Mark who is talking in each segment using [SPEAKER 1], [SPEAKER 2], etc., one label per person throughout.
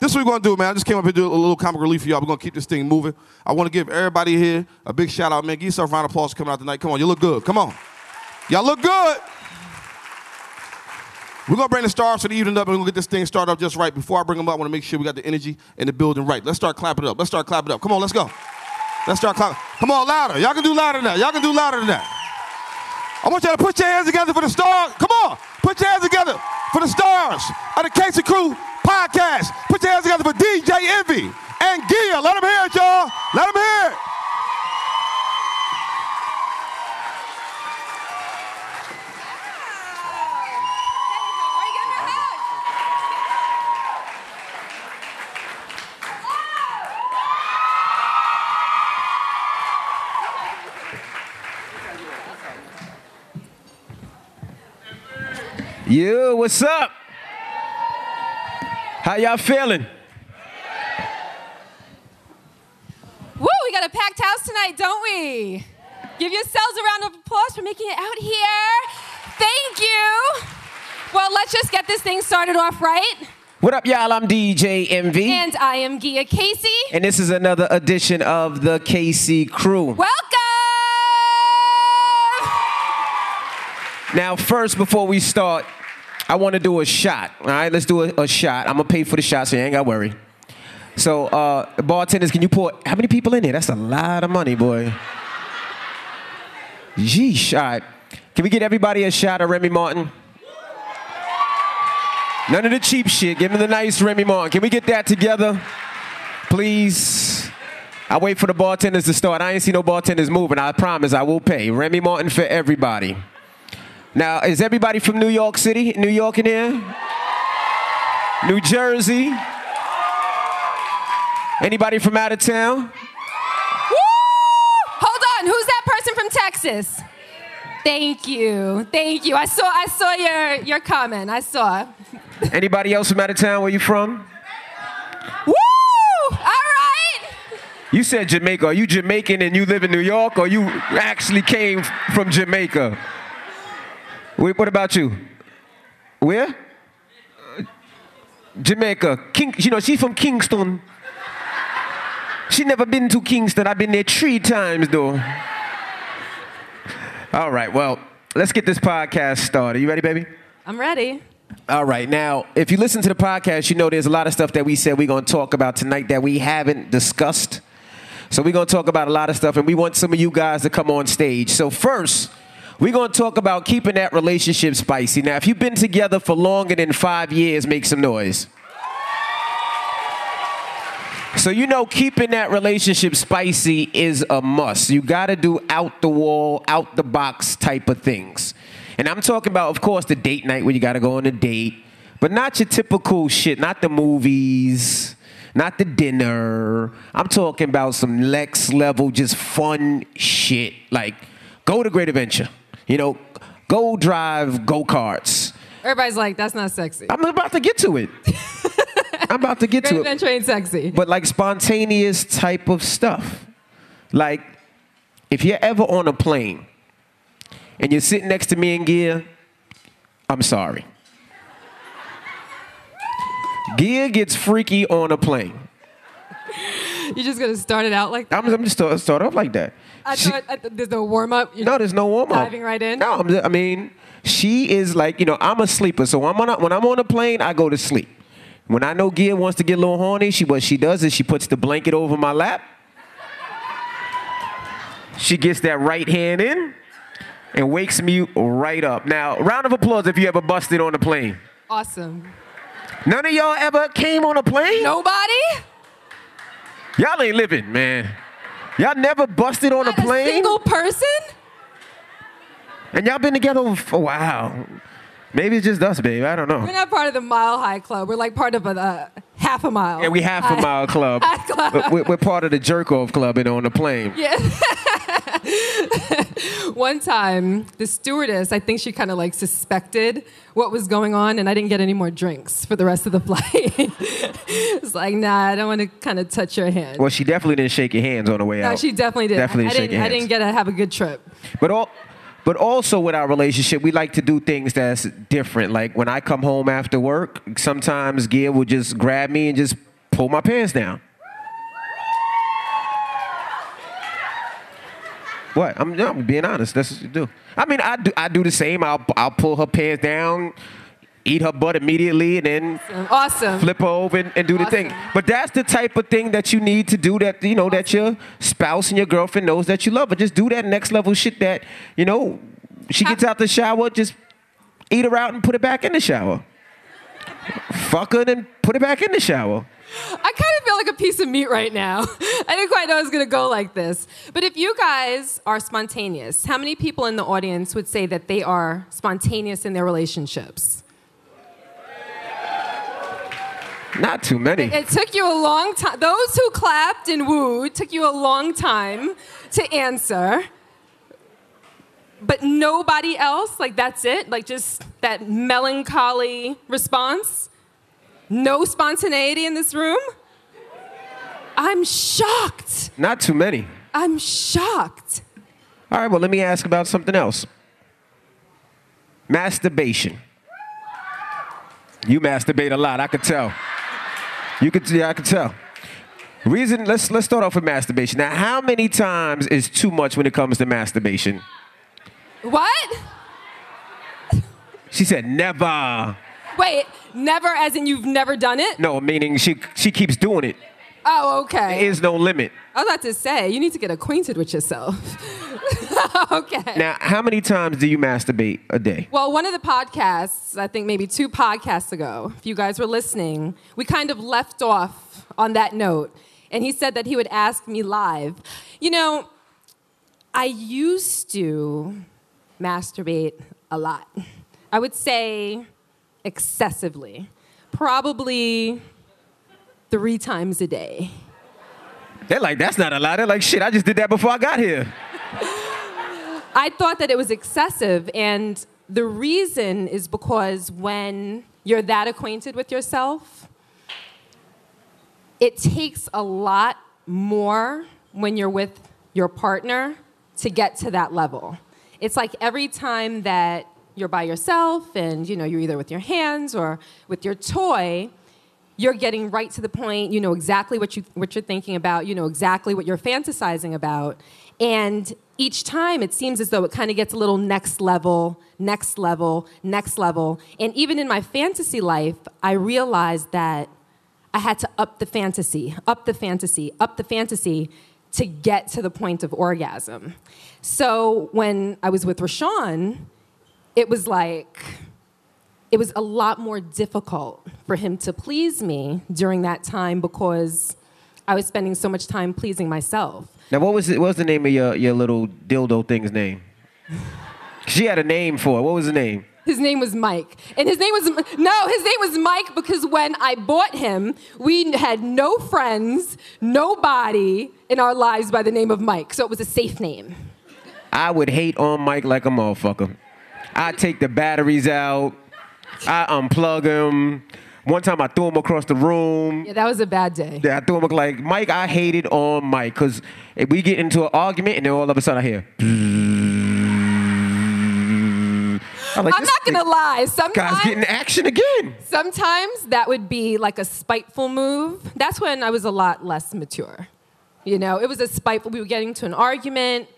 [SPEAKER 1] This is what we're gonna do, man. I just came up here to do a little comic relief for y'all. We're gonna keep this thing moving. I wanna give everybody here a big shout out, man. Give yourself a round of applause for coming out tonight. Come on, you look good. Come on. Y'all look good. We're gonna bring the stars for the evening up and we're gonna get this thing started up just right. Before I bring them up, I wanna make sure we got the energy and the building right. Let's start clapping up. Let's start clapping up. Come on, let's go. Let's start clapping. Come on, louder. Y'all can do louder than that. Y'all can do louder than that. I want y'all to put your hands together for the stars. Come on, put your hands together for the stars of the Casey Crew podcast. Put your hands together for DJ Envy and Gia. Let them hear it, y'all. Let them hear it.
[SPEAKER 2] Yo, what's up? How y'all feeling?
[SPEAKER 3] Woo, we got a packed house tonight, don't we? Give yourselves a round of applause for making it out here. Thank you. Well, let's just get this thing started off right.
[SPEAKER 2] What up, y'all? I'm DJ MV,
[SPEAKER 3] And I am Gia Casey.
[SPEAKER 2] and this is another edition of the KC Crew.
[SPEAKER 3] Welcome!
[SPEAKER 2] Now, first, before we start, I want to do a shot. All right, let's do a, a shot. I'm gonna pay for the shot, so you ain't gotta worry. So, uh, bartenders, can you pour? How many people in here? That's a lot of money, boy. Yeesh. All right, can we get everybody a shot of Remy Martin? None of the cheap shit. Give me the nice Remy Martin. Can we get that together, please? I wait for the bartenders to start. I ain't see no bartenders moving. I promise I will pay. Remy Martin for everybody. Now, is everybody from New York City? New York in here? New Jersey? Anybody from out of town?
[SPEAKER 3] Woo! Hold on, who's that person from Texas? Thank you. Thank you. I saw I saw your your comment. I saw.
[SPEAKER 2] Anybody else from out of town? Where you from?
[SPEAKER 3] Woo! All right.
[SPEAKER 2] You said Jamaica. Are you Jamaican and you live in New York, or you actually came from Jamaica? Wait, what about you? Where? Uh, Jamaica. King, you know, she's from Kingston. She never been to Kingston. I've been there three times, though. All right, well, let's get this podcast started. You ready, baby?
[SPEAKER 3] I'm ready.
[SPEAKER 2] All right. Now, if you listen to the podcast, you know there's a lot of stuff that we said we're going to talk about tonight that we haven't discussed. So we're going to talk about a lot of stuff, and we want some of you guys to come on stage. So, first, we're going to talk about keeping that relationship spicy. Now, if you've been together for longer than five years, make some noise. So you know, keeping that relationship spicy is a must. You got to do out the wall, out the box type of things. And I'm talking about, of course, the date night where you got to go on a date, but not your typical shit, not the movies, not the dinner. I'm talking about some Lex level, just fun shit. Like, go to Great Adventure. You know, go drive go karts.
[SPEAKER 3] Everybody's like, that's not sexy.
[SPEAKER 2] I'm about to get to it. I'm about to get
[SPEAKER 3] Great
[SPEAKER 2] to it
[SPEAKER 3] adventure ain't sexy.
[SPEAKER 2] but like spontaneous type of stuff. Like, if you're ever on a plane and you're sitting next to me in gear, I'm sorry. Gear gets freaky on a plane.
[SPEAKER 3] You're just gonna start it out like that.
[SPEAKER 2] I'm, I'm just start, start off like that.
[SPEAKER 3] I
[SPEAKER 2] She-
[SPEAKER 3] thought I th- there's no warm up.
[SPEAKER 2] no, there's no warm up.
[SPEAKER 3] Diving right in?
[SPEAKER 2] No, I'm, I mean, she is like, you know, I'm a sleeper. So I'm on a, when I'm on a plane, I go to sleep. When I know Gia wants to get a little horny, she what she does is she puts the blanket over my lap. She gets that right hand in and wakes me right up. Now, round of applause if you ever busted on a plane.
[SPEAKER 3] Awesome.
[SPEAKER 2] None of y'all ever came on a plane?
[SPEAKER 3] Nobody?
[SPEAKER 2] Y'all ain't living, man. Y'all never busted on
[SPEAKER 3] Not
[SPEAKER 2] a plane?
[SPEAKER 3] single person?
[SPEAKER 2] And y'all been together for a while. Maybe it's just us, babe. I don't
[SPEAKER 3] We're
[SPEAKER 2] know.
[SPEAKER 3] not part of the Mile High Club. We're like part of a uh, half a mile. Uh,
[SPEAKER 2] Yeah, we half a
[SPEAKER 3] High-
[SPEAKER 2] mile club.
[SPEAKER 3] High club.
[SPEAKER 2] We- we- We're part of the jerk off club and on the plane.
[SPEAKER 3] One time, the stewardess, I think she kind of like suspected what was going on, and I didn't get any more drinks for the rest of the flight. it's like, nah, I don't want to kind of touch your hand.
[SPEAKER 2] Well, she definitely didn't shake your hands on the way out.
[SPEAKER 3] no, she definitely did.
[SPEAKER 2] Definitely
[SPEAKER 3] I, I
[SPEAKER 2] didn't shake
[SPEAKER 3] didn't.
[SPEAKER 2] your
[SPEAKER 3] I
[SPEAKER 2] hands.
[SPEAKER 3] didn't get to have a good trip.
[SPEAKER 2] But all, but also with our relationship, we like to do things that's different. Like when I come home after work, sometimes Gia will just grab me and just pull my pants down. What? I'm, I'm being honest. That's what you do. I mean, I do. I do the same. I'll I'll pull her pants down, eat her butt immediately, and then
[SPEAKER 3] Awesome.
[SPEAKER 2] flip her over and, and do the thing.
[SPEAKER 3] Awesome.
[SPEAKER 2] But that's the type of thing that you need to do that you know that your spouse and your girlfriend knows that you love. But just do that next level shit that you know. She gets out the shower, just eat her out and put it back in the shower. Fuck her and put it back in the shower.
[SPEAKER 3] I kind of feel like a piece of meat right now. I didn't quite know it was going to go like this. But if you guys are spontaneous, how many people in the audience would say that they are spontaneous in their relationships?
[SPEAKER 2] Not too many.
[SPEAKER 3] It took you a long time. Those who clapped and wooed took you a long time to answer. But nobody else? Like, that's it? Like, just that melancholy response? No spontaneity in this room? I'm shocked.
[SPEAKER 2] Not too many.
[SPEAKER 3] I'm shocked.
[SPEAKER 2] All right, well, let me ask about something else. Masturbation. You masturbate a lot, I could tell. You could, yeah, I could tell. Reason, let's let's start off with masturbation. Now, how many times is too much when it comes to masturbation?
[SPEAKER 3] What?
[SPEAKER 2] She said never.
[SPEAKER 3] Wait, never as in you've never done it?
[SPEAKER 2] No, meaning she she keeps doing it.
[SPEAKER 3] Oh, okay.
[SPEAKER 2] There is no limit.
[SPEAKER 3] I was about to say, you need to get acquainted with yourself. okay.
[SPEAKER 2] Now, how many times do you masturbate a day?
[SPEAKER 3] Well, one of the podcasts, I think maybe two podcasts ago, if you guys were listening, we kind of left off on that note. And he said that he would ask me live, you know, I used to masturbate a lot. I would say excessively, probably three times a day.
[SPEAKER 2] They're like, that's not a lot. They're like, shit, I just did that before I got here.
[SPEAKER 3] I thought that it was excessive, and the reason is because when you're that acquainted with yourself, it takes a lot more when you're with your partner to get to that level. It's like every time that you're by yourself and you know you're either with your hands or with your toy, you're getting right to the point. You know exactly what you what you're thinking about. You know exactly what you're fantasizing about, and each time it seems as though it kind of gets a little next level, next level, next level. And even in my fantasy life, I realized that I had to up the fantasy, up the fantasy, up the fantasy to get to the point of orgasm. So when I was with Rashawn, it was like it was a lot more difficult for him to please me during that time because I was spending so much time pleasing myself.
[SPEAKER 2] Now, what was it? What was the name of your, your little dildo thing's name? She had a name for it. What was the name?
[SPEAKER 3] His name was Mike. And his name was, no, his name was Mike because when I bought him, we had no friends, nobody in our lives by the name of Mike. So it was a safe name.
[SPEAKER 2] I would hate on Mike like a motherfucker. I take the batteries out. I unplug him. One time I threw him across the room.
[SPEAKER 3] Yeah, that was a bad day.
[SPEAKER 2] Yeah, I threw him like Mike. I hated on Mike because we get into an argument and then all of a sudden I hear. I'm, like,
[SPEAKER 3] I'm
[SPEAKER 2] this
[SPEAKER 3] not going to lie.
[SPEAKER 2] Guy's
[SPEAKER 3] Sometimes,
[SPEAKER 2] getting action again.
[SPEAKER 3] sometimes that would be like a spiteful move. That's when I was a lot less mature. You know, it was a spiteful, we were getting to an argument,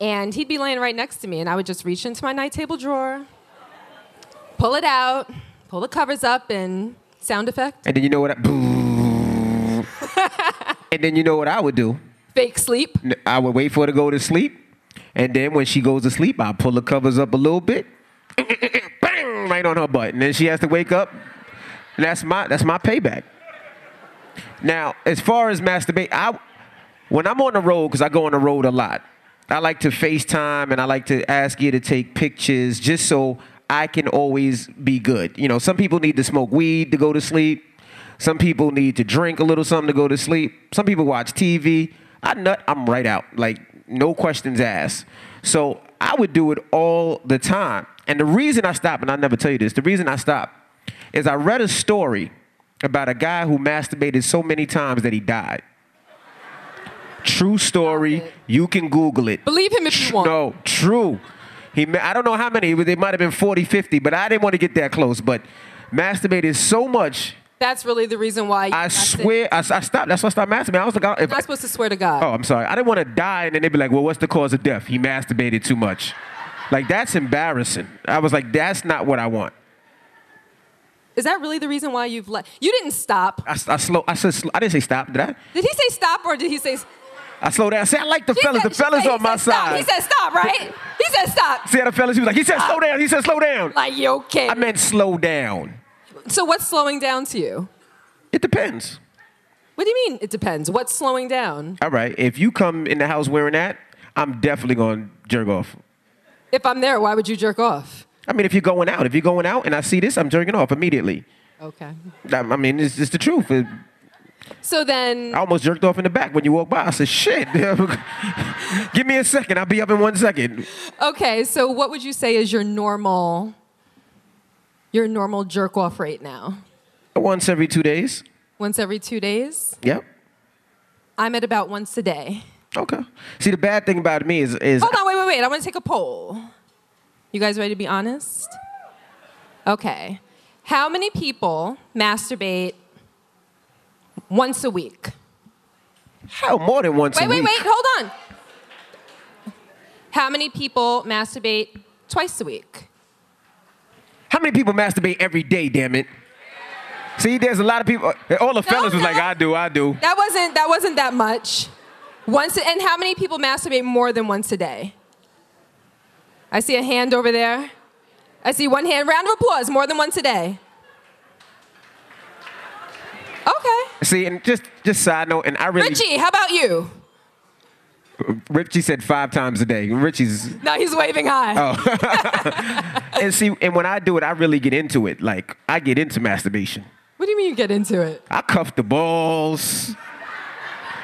[SPEAKER 3] and he'd be laying right next to me, and I would just reach into my night table drawer, pull it out, pull the covers up, and sound effect,
[SPEAKER 2] And then you know what? I, and then you know what I would do?
[SPEAKER 3] fake sleep.
[SPEAKER 2] N- I would wait for her to go to sleep, and then when she goes to sleep, I pull the covers up a little bit, bang, right on her butt, and then she has to wake up. And that's my that's my payback. Now, as far as masturbate, I when I'm on the road because I go on the road a lot. I like to FaceTime and I like to ask you to take pictures just so I can always be good. You know, some people need to smoke weed to go to sleep. Some people need to drink a little something to go to sleep. Some people watch TV. I nut, I'm right out. Like, no questions asked. So I would do it all the time. And the reason I stop, and I never tell you this, the reason I stop is I read a story about a guy who masturbated so many times that he died. True story. You can Google it.
[SPEAKER 3] Believe him if you
[SPEAKER 2] Tr-
[SPEAKER 3] want.
[SPEAKER 2] No, true. He, ma- I don't know how many. It was- it might have been 40, 50, but I didn't want to get that close. But masturbated so much
[SPEAKER 3] That's really the reason why. you
[SPEAKER 2] I
[SPEAKER 3] got sick.
[SPEAKER 2] swear, I, I stopped. That's why I stopped masturbating. I was like, I- if
[SPEAKER 3] You're not supposed to swear to God.
[SPEAKER 2] oh, I'm sorry. I didn't want to die, and then they'd be like, well, what's the cause of death? He masturbated too much. Like, that's embarrassing. I was like, that's not what I want.
[SPEAKER 3] Is that really the reason why you've left? You didn't stop.
[SPEAKER 2] I, s- I slow. I said. Sl- I didn't say stop. Did I?
[SPEAKER 3] Did he say stop or did he say?
[SPEAKER 2] I slow down. See, I like the
[SPEAKER 3] He
[SPEAKER 2] fellas.
[SPEAKER 3] said-
[SPEAKER 2] the
[SPEAKER 3] she
[SPEAKER 2] fellas
[SPEAKER 3] said- he
[SPEAKER 2] on my
[SPEAKER 3] said stop.
[SPEAKER 2] side.
[SPEAKER 3] He said stop, right? He said stop.
[SPEAKER 2] See how the fellas? He was like, he said slow down. He said slow down.
[SPEAKER 3] Like you okay?
[SPEAKER 2] I meant slow down.
[SPEAKER 3] so what's slowing down to you?
[SPEAKER 2] It depends.
[SPEAKER 3] What do you mean? It depends. What's slowing down?
[SPEAKER 2] All right. If you come in the house wearing that, I'm definitely gonna jerk off.
[SPEAKER 3] If I'm there, why would you jerk off?
[SPEAKER 2] I mean, if you're going out, if you're going out and I see this, I'm jerking off immediately.
[SPEAKER 3] Okay.
[SPEAKER 2] I I mean, it's just the truth. It-
[SPEAKER 3] So then,
[SPEAKER 2] I almost jerked off in the back when you walked by. I said, shit. Give me a second. I'll be up in one second.
[SPEAKER 3] okay. So what would you say is your normal, your normal jerk off rate now?
[SPEAKER 2] Once every two days.
[SPEAKER 3] Once every two days.
[SPEAKER 2] Yep.
[SPEAKER 3] I'm at about once a day.
[SPEAKER 2] Okay. See, the bad thing about me is, is
[SPEAKER 3] Hold on, wait, wait, wait. I want to take a poll. You guys ready to be honest? Okay. How many people masturbate once a week?
[SPEAKER 2] hell, more than once
[SPEAKER 3] Wait,
[SPEAKER 2] a
[SPEAKER 3] wait,
[SPEAKER 2] week.
[SPEAKER 3] wait. Hold on. How many people masturbate twice a week?
[SPEAKER 2] How many people masturbate every day, damn it? See, there's a lot of people. All the fellas was
[SPEAKER 3] no.
[SPEAKER 2] like, I do, I do.
[SPEAKER 3] That wasn't that wasn't that much. Once and how many people masturbate more than once a day? I see a hand over there. I see one hand. Round of applause. More than once a day. Okay.
[SPEAKER 2] See, and just just side note, and I really
[SPEAKER 3] Richie, how about you?
[SPEAKER 2] Richie said five times a day. Richie's
[SPEAKER 3] No, he's waving high.
[SPEAKER 2] and see, and when I do it, I really get into it. Like I get into masturbation.
[SPEAKER 3] What do you mean you get into it?
[SPEAKER 2] I cuff the balls.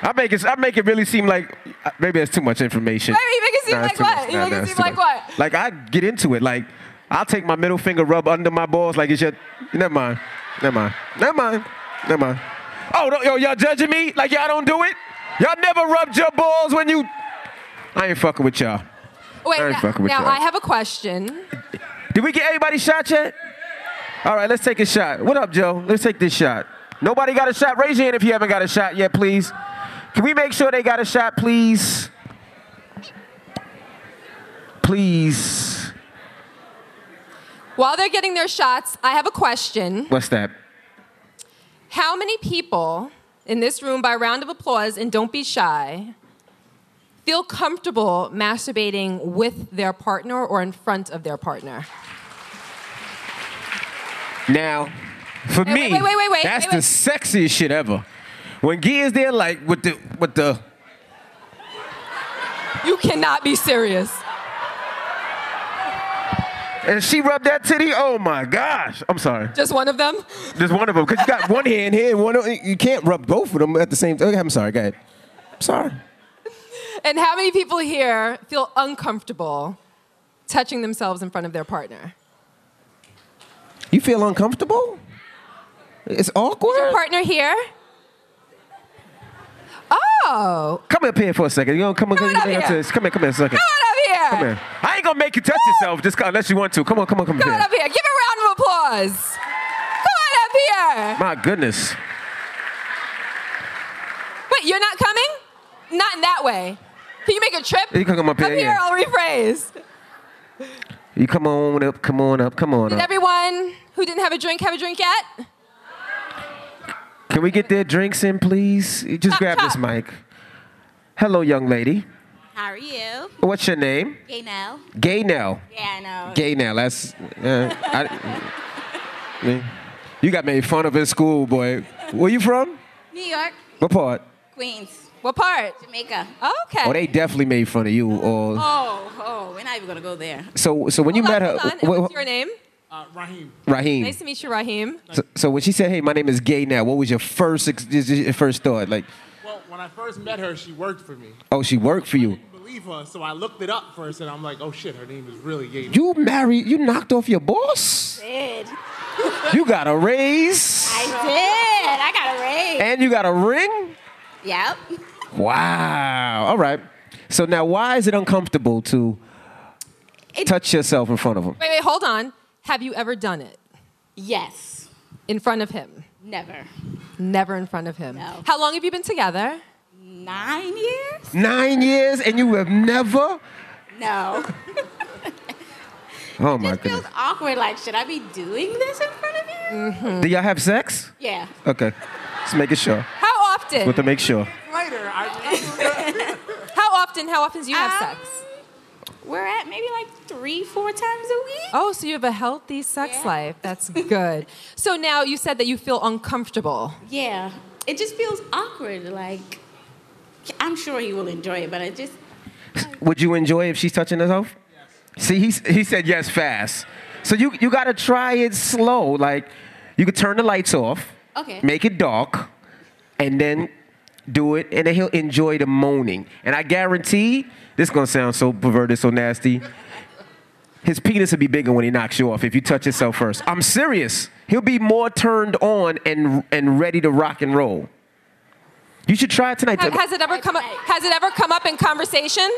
[SPEAKER 2] I make it. I make it really seem like uh, maybe that's too much information.
[SPEAKER 3] Wait, you make it seem
[SPEAKER 2] Nah, it's
[SPEAKER 3] like
[SPEAKER 2] too
[SPEAKER 3] what?
[SPEAKER 2] much.
[SPEAKER 3] You
[SPEAKER 2] Nah,
[SPEAKER 3] make it
[SPEAKER 2] nah, it's
[SPEAKER 3] seem
[SPEAKER 2] too
[SPEAKER 3] like
[SPEAKER 2] much.
[SPEAKER 3] what?
[SPEAKER 2] Like I get into it. Like I'll take my middle finger, rub under my balls, like it's your. Never mind. Never mind. Never mind. Never mind. Oh, no, yo, y'all judging me? Like y'all don't do it? Y'all never rubbed your balls when you. I ain't fucking with y'all.
[SPEAKER 3] Wait,
[SPEAKER 2] Very
[SPEAKER 3] now,
[SPEAKER 2] fucking with
[SPEAKER 3] now
[SPEAKER 2] y'all.
[SPEAKER 3] I have a question.
[SPEAKER 2] Did we get everybody shot yet? All right, let's take a shot. What up, Joe? Let's take this shot. Nobody got a shot? Raise your hand if you haven't got a shot yet, please. Can we make sure they got a shot, please? Please.
[SPEAKER 3] While they're getting their shots, I have a question.
[SPEAKER 2] What's that?
[SPEAKER 3] How many people in this room, by round of applause and don't be shy, feel comfortable masturbating with their partner or in front of their partner?
[SPEAKER 2] Now, for
[SPEAKER 3] Wait,
[SPEAKER 2] me,
[SPEAKER 3] wait, wait, wait, wait, wait,
[SPEAKER 2] that's
[SPEAKER 3] wait.
[SPEAKER 2] the sexiest shit ever. When Gee is there, like with the with the
[SPEAKER 3] You cannot be serious.
[SPEAKER 2] and she rubbed that titty. Oh my gosh! I'm sorry.
[SPEAKER 3] Just one of them?
[SPEAKER 2] Just one of them, because you got one hand here, and one. You can't rub both of them at the same time. I'm sorry, go ahead. I'm sorry.
[SPEAKER 3] And how many people here feel uncomfortable touching themselves in front of their partner?
[SPEAKER 2] You feel uncomfortable? It's
[SPEAKER 3] Your
[SPEAKER 2] awkward.
[SPEAKER 3] partner here? Oh,
[SPEAKER 2] Come up here for a second. You don't come,
[SPEAKER 3] Come
[SPEAKER 2] come,
[SPEAKER 3] on up
[SPEAKER 2] come,
[SPEAKER 3] here.
[SPEAKER 2] come here. Come here a
[SPEAKER 3] come on
[SPEAKER 2] second.
[SPEAKER 3] up
[SPEAKER 2] Come
[SPEAKER 3] here.
[SPEAKER 2] here. I ain't gonna make you touch yourself just 'cause- unless you want to. Come on, come on, come,
[SPEAKER 3] Come on
[SPEAKER 2] here.
[SPEAKER 3] up here. Give a round of applause. Come on up here.
[SPEAKER 2] My goodness.
[SPEAKER 3] Wait, you're not coming? Not in that way. Can you make a trip?
[SPEAKER 2] You can come up
[SPEAKER 3] Come
[SPEAKER 2] here,
[SPEAKER 3] here,
[SPEAKER 2] yeah. Uh-huh.
[SPEAKER 3] I'll rephrase.
[SPEAKER 2] You come on up. Come on up. Come on
[SPEAKER 3] Did
[SPEAKER 2] up.
[SPEAKER 3] everyone who didn't have a drink have a drink yet?
[SPEAKER 2] Can we get their drinks in, please? You Just
[SPEAKER 3] Chop,
[SPEAKER 2] grab this
[SPEAKER 3] chop.
[SPEAKER 2] mic. Hello, young lady.
[SPEAKER 4] How are you?
[SPEAKER 2] What's your name?
[SPEAKER 4] Gay now?
[SPEAKER 2] Gay now.
[SPEAKER 4] Yeah, I know.
[SPEAKER 2] Gay now. That's. Uh, I, me. you got made fun of in school, boy. Where you from?
[SPEAKER 4] New York,
[SPEAKER 2] What part?
[SPEAKER 4] Queens,
[SPEAKER 3] What part?
[SPEAKER 4] Jamaica.
[SPEAKER 3] Okay.
[SPEAKER 2] Oh, they definitely made fun of you. Or
[SPEAKER 4] Oh, oh, we're not even gonna go there.
[SPEAKER 2] So, so when you
[SPEAKER 3] Hold
[SPEAKER 2] met
[SPEAKER 3] on,
[SPEAKER 2] her,
[SPEAKER 3] hold on.
[SPEAKER 2] wh- wh-
[SPEAKER 3] What's your name?
[SPEAKER 5] Uh, Raheem,
[SPEAKER 2] Raheem.
[SPEAKER 3] Nice to meet you, Raheem.
[SPEAKER 2] so, so when she said, "Hey, my name is Gay now," what was your first ex- is- is- your first thought? Like,
[SPEAKER 5] well, when I first met her, she worked for me.
[SPEAKER 2] oh, she worked for you.
[SPEAKER 5] Didn't believe her, so I looked it up first, and I'm like, oh shit, her name is really Gabe.
[SPEAKER 2] You married? You knocked off your boss?
[SPEAKER 4] Did
[SPEAKER 2] You got a raise
[SPEAKER 4] I did? I got a raise.
[SPEAKER 2] and you got a ring?
[SPEAKER 4] Yep.
[SPEAKER 2] Wow. All right. So now, why is it uncomfortable to
[SPEAKER 4] It-
[SPEAKER 2] touch yourself in front of him?
[SPEAKER 3] Wait, wait, hold on. Have you ever done it
[SPEAKER 4] Yes.
[SPEAKER 3] in front of him?
[SPEAKER 4] Never.
[SPEAKER 3] Never in front of him.
[SPEAKER 4] No.
[SPEAKER 3] How long have you been together?
[SPEAKER 4] Nine years?
[SPEAKER 2] Nine years and you have never.
[SPEAKER 4] No.
[SPEAKER 2] Oh my
[SPEAKER 4] It feels
[SPEAKER 2] goodness.
[SPEAKER 4] awkward. Like, should I be doing this in front of you?
[SPEAKER 2] Do y'all have sex?
[SPEAKER 4] Yeah.
[SPEAKER 2] Okay. Just making sure.
[SPEAKER 3] How often?
[SPEAKER 2] But to make sure.
[SPEAKER 5] Later, I,
[SPEAKER 3] how often? How often do you have
[SPEAKER 4] Um,
[SPEAKER 3] sex?
[SPEAKER 4] We're at maybe like three, four times a week.
[SPEAKER 3] Oh, so you have a healthy sex
[SPEAKER 4] Yeah.
[SPEAKER 3] life. That's good. so now you said that you feel uncomfortable.
[SPEAKER 4] Yeah. It just feels awkward. Like, I'm sure he will enjoy it, but I just,
[SPEAKER 2] Would you enjoy if she's touching herself? See, he, he said yes fast. So you, you gotta try it slow. Like, you could turn the lights off,
[SPEAKER 4] Okay.
[SPEAKER 2] make it dark, and then do it, and then he'll enjoy the moaning. And I guarantee, this gonna sound so perverted, so nasty. His penis will be bigger when he knocks you off if you touch yourself first. I'm serious. He'll be more turned on and, and ready to rock and roll. You should try it tonight.
[SPEAKER 3] Ha- Has it ever come up? Has it ever come up in conversation?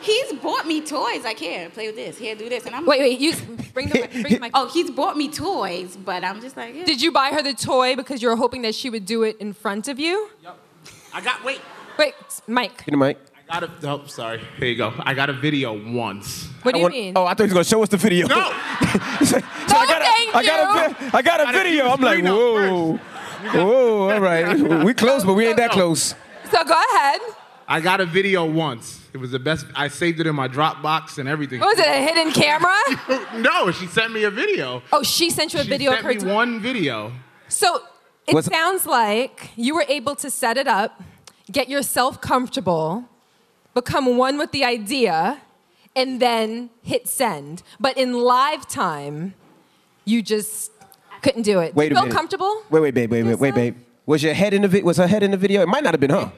[SPEAKER 4] he's bought me toys. Like, here, play with this. Here, do this. And I'm
[SPEAKER 3] Wait, wait. You bring the mic- bring the mic.
[SPEAKER 4] Oh, he's bought me toys, but I'm just like, yeah.
[SPEAKER 3] Did you buy her the toy because you were hoping that she would do it in front of you?
[SPEAKER 5] I got wait.
[SPEAKER 3] Wait, s- Mike.
[SPEAKER 2] You know, Mike?
[SPEAKER 5] I got a. Oh, sorry. Here you go. I got a video once.
[SPEAKER 3] What do
[SPEAKER 2] I
[SPEAKER 3] you
[SPEAKER 2] want-
[SPEAKER 3] mean?
[SPEAKER 2] Oh, I thought he was gonna show us the video.
[SPEAKER 5] No.
[SPEAKER 2] So I got a-
[SPEAKER 3] thank
[SPEAKER 2] I got a
[SPEAKER 3] you.
[SPEAKER 2] vi- I got a
[SPEAKER 5] Gotta
[SPEAKER 2] video.
[SPEAKER 5] keep
[SPEAKER 2] I'm like,
[SPEAKER 5] the screen up
[SPEAKER 2] whoa, whoa. All right, we close, but we ain't that close.
[SPEAKER 3] So go ahead.
[SPEAKER 5] I got a video once. It was the best. I saved it in my Dropbox and everything.
[SPEAKER 3] What was it? A hidden camera?
[SPEAKER 5] No, she sent me a video.
[SPEAKER 3] Oh, she sent you a
[SPEAKER 5] she
[SPEAKER 3] video of
[SPEAKER 5] sent
[SPEAKER 3] her.
[SPEAKER 5] me
[SPEAKER 3] do-
[SPEAKER 5] one video.
[SPEAKER 3] So it
[SPEAKER 2] What's-
[SPEAKER 3] sounds like you were able to set it up, get yourself comfortable, become one with the idea, and then hit send. But in live time, you just couldn't do it.
[SPEAKER 2] Wait a
[SPEAKER 3] Feel
[SPEAKER 2] minute.
[SPEAKER 3] comfortable?
[SPEAKER 2] Wait, wait, babe, wait, wait, wait, babe. Was your head in the vi- was her head in the video? It might not have been her.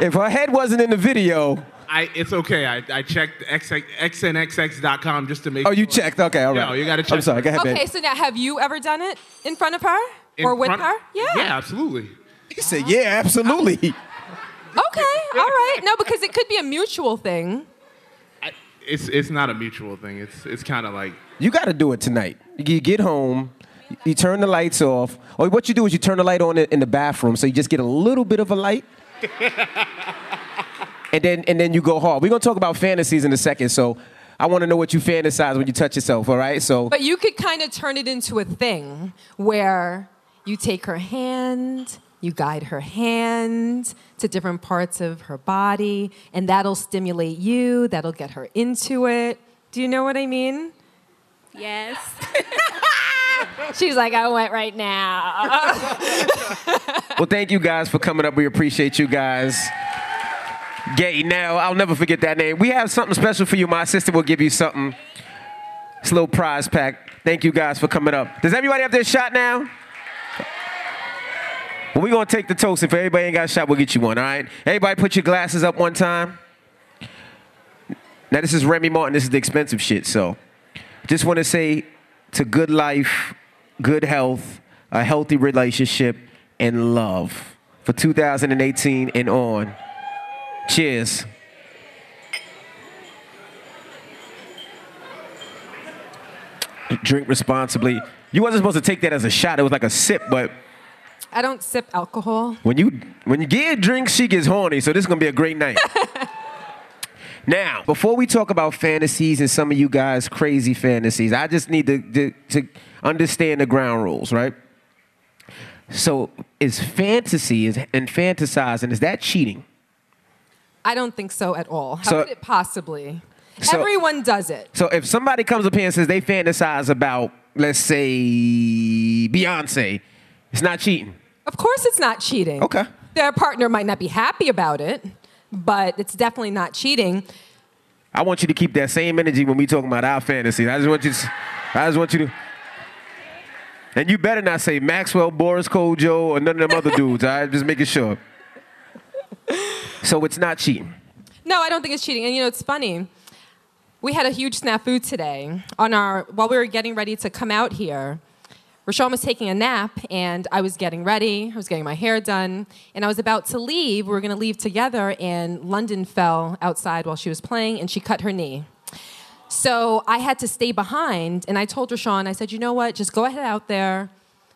[SPEAKER 2] If her head wasn't in the video,
[SPEAKER 5] I, it's okay. I, I checked X, xnxx.com just to make
[SPEAKER 2] oh, you
[SPEAKER 5] sure.
[SPEAKER 2] checked. Okay, all
[SPEAKER 5] No,
[SPEAKER 2] right.
[SPEAKER 5] you gotta
[SPEAKER 2] I'm
[SPEAKER 5] check
[SPEAKER 2] sorry. Go ahead,
[SPEAKER 3] Okay,
[SPEAKER 2] babe.
[SPEAKER 3] so now have you ever done it in front of her
[SPEAKER 5] In
[SPEAKER 3] or with
[SPEAKER 5] front-
[SPEAKER 3] her? Yeah.
[SPEAKER 5] Yeah, absolutely.
[SPEAKER 2] He said, yeah, absolutely.
[SPEAKER 3] Okay, all right. No, because it could be a mutual thing.
[SPEAKER 5] I, it's, it's not a mutual thing. It's, it's kind of like,
[SPEAKER 2] You got to do it tonight. You get home, you turn the lights off, or what you do is you turn the light on in in the bathroom, so you just get a little bit of a light, and then and then you go hard. We're gonna talk about fantasies in a second, so I want to know what you fantasize when you touch yourself. All right, so
[SPEAKER 3] But you could kind of turn it into a thing where you take her hand, you guide her hand to different parts of her body, and that'll stimulate you, that'll get her into it. Do you know what I mean?
[SPEAKER 4] yes.
[SPEAKER 3] She's like, I went right now.
[SPEAKER 2] well, thank you guys for coming up. We appreciate you guys. Gay now, I'll never forget that name. We have something special for you. My sister will give you something. It's a little prize pack. Thank you guys for coming up. Does everybody have their shot now? Well, we're gonna take the toast. If everybody ain't got a shot, we'll get you one, all right? Everybody put your glasses up one time. Now this is Remy Martin, this is the expensive shit, so just wanna say to good life, good health, a healthy relationship, and love for 2018 and on. Cheers. Drink responsibly. You wasn't supposed to take that as a shot. It was like a sip, but
[SPEAKER 3] I don't sip alcohol.
[SPEAKER 2] when you when you give drinks, she gets horny. So this is gonna be a great night. now, before we talk about fantasies and some of you guys' crazy fantasies, I just need to to, to understand the ground rules, right? So is fantasy is and fantasizing is that cheating?
[SPEAKER 3] I don't think so at all. How
[SPEAKER 2] So-
[SPEAKER 3] could it possibly?
[SPEAKER 2] So-
[SPEAKER 3] Everyone does it.
[SPEAKER 2] So if somebody comes up here and says they fantasize about, let's say Beyonce, it's not cheating.
[SPEAKER 3] Of course, it's not cheating.
[SPEAKER 2] Okay.
[SPEAKER 3] Their partner might not be happy about it, but it's definitely not cheating.
[SPEAKER 2] I want you to keep that same energy when we talking about our fantasies. I just want you to, I just want you to. And you better not say Maxwell, Boris Kojo, or none of them other dudes. I just making sure. So it's not cheating.
[SPEAKER 3] No, I don't think it's cheating. And you know, it's funny. We had a huge snafu today on our while we were getting ready to come out here. Rashawn was taking a nap, and I was getting ready. I was getting my hair done, and I was about to leave. We were going to leave together, and London fell outside while she was playing, and she cut her knee. So I had to stay behind, and I told Rashawn, I said, you know what, just go ahead out there,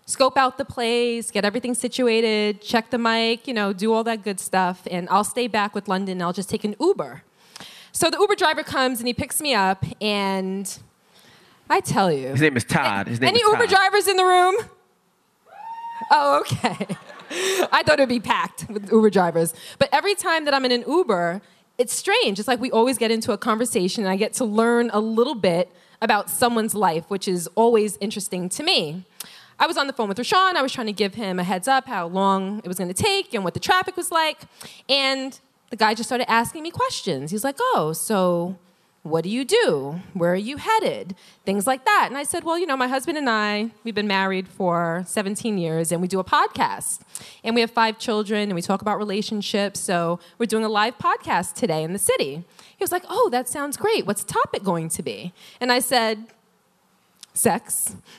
[SPEAKER 3] scope out the place, get everything situated, check the mic, you know, do all that good stuff. And I'll stay back with London and I'll just take an Uber. So the Uber driver comes and he picks me up, and I tell you.
[SPEAKER 2] His name is Todd. His name
[SPEAKER 3] Any
[SPEAKER 2] is Todd.
[SPEAKER 3] Uber drivers in the room? Oh, okay. I thought it would be packed with Uber drivers. But every time that I'm in an Uber, it's strange. It's like we always get into a conversation and I get to learn a little bit about someone's life, which is always interesting to me. I was on the phone with Rashawn. I was trying to give him a heads up how long it was going to take and what the traffic was like. And the guy just started asking me questions. He's like, oh, so what do you do? Where are you headed? Things like that. And I said, well, you know, my husband and I, we've been married for 17 years and we do a podcast. And we have five children and we talk about relationships. So we're doing a live podcast today in the city. He was like, oh, that sounds great. What's the topic going to be? And I said, sex.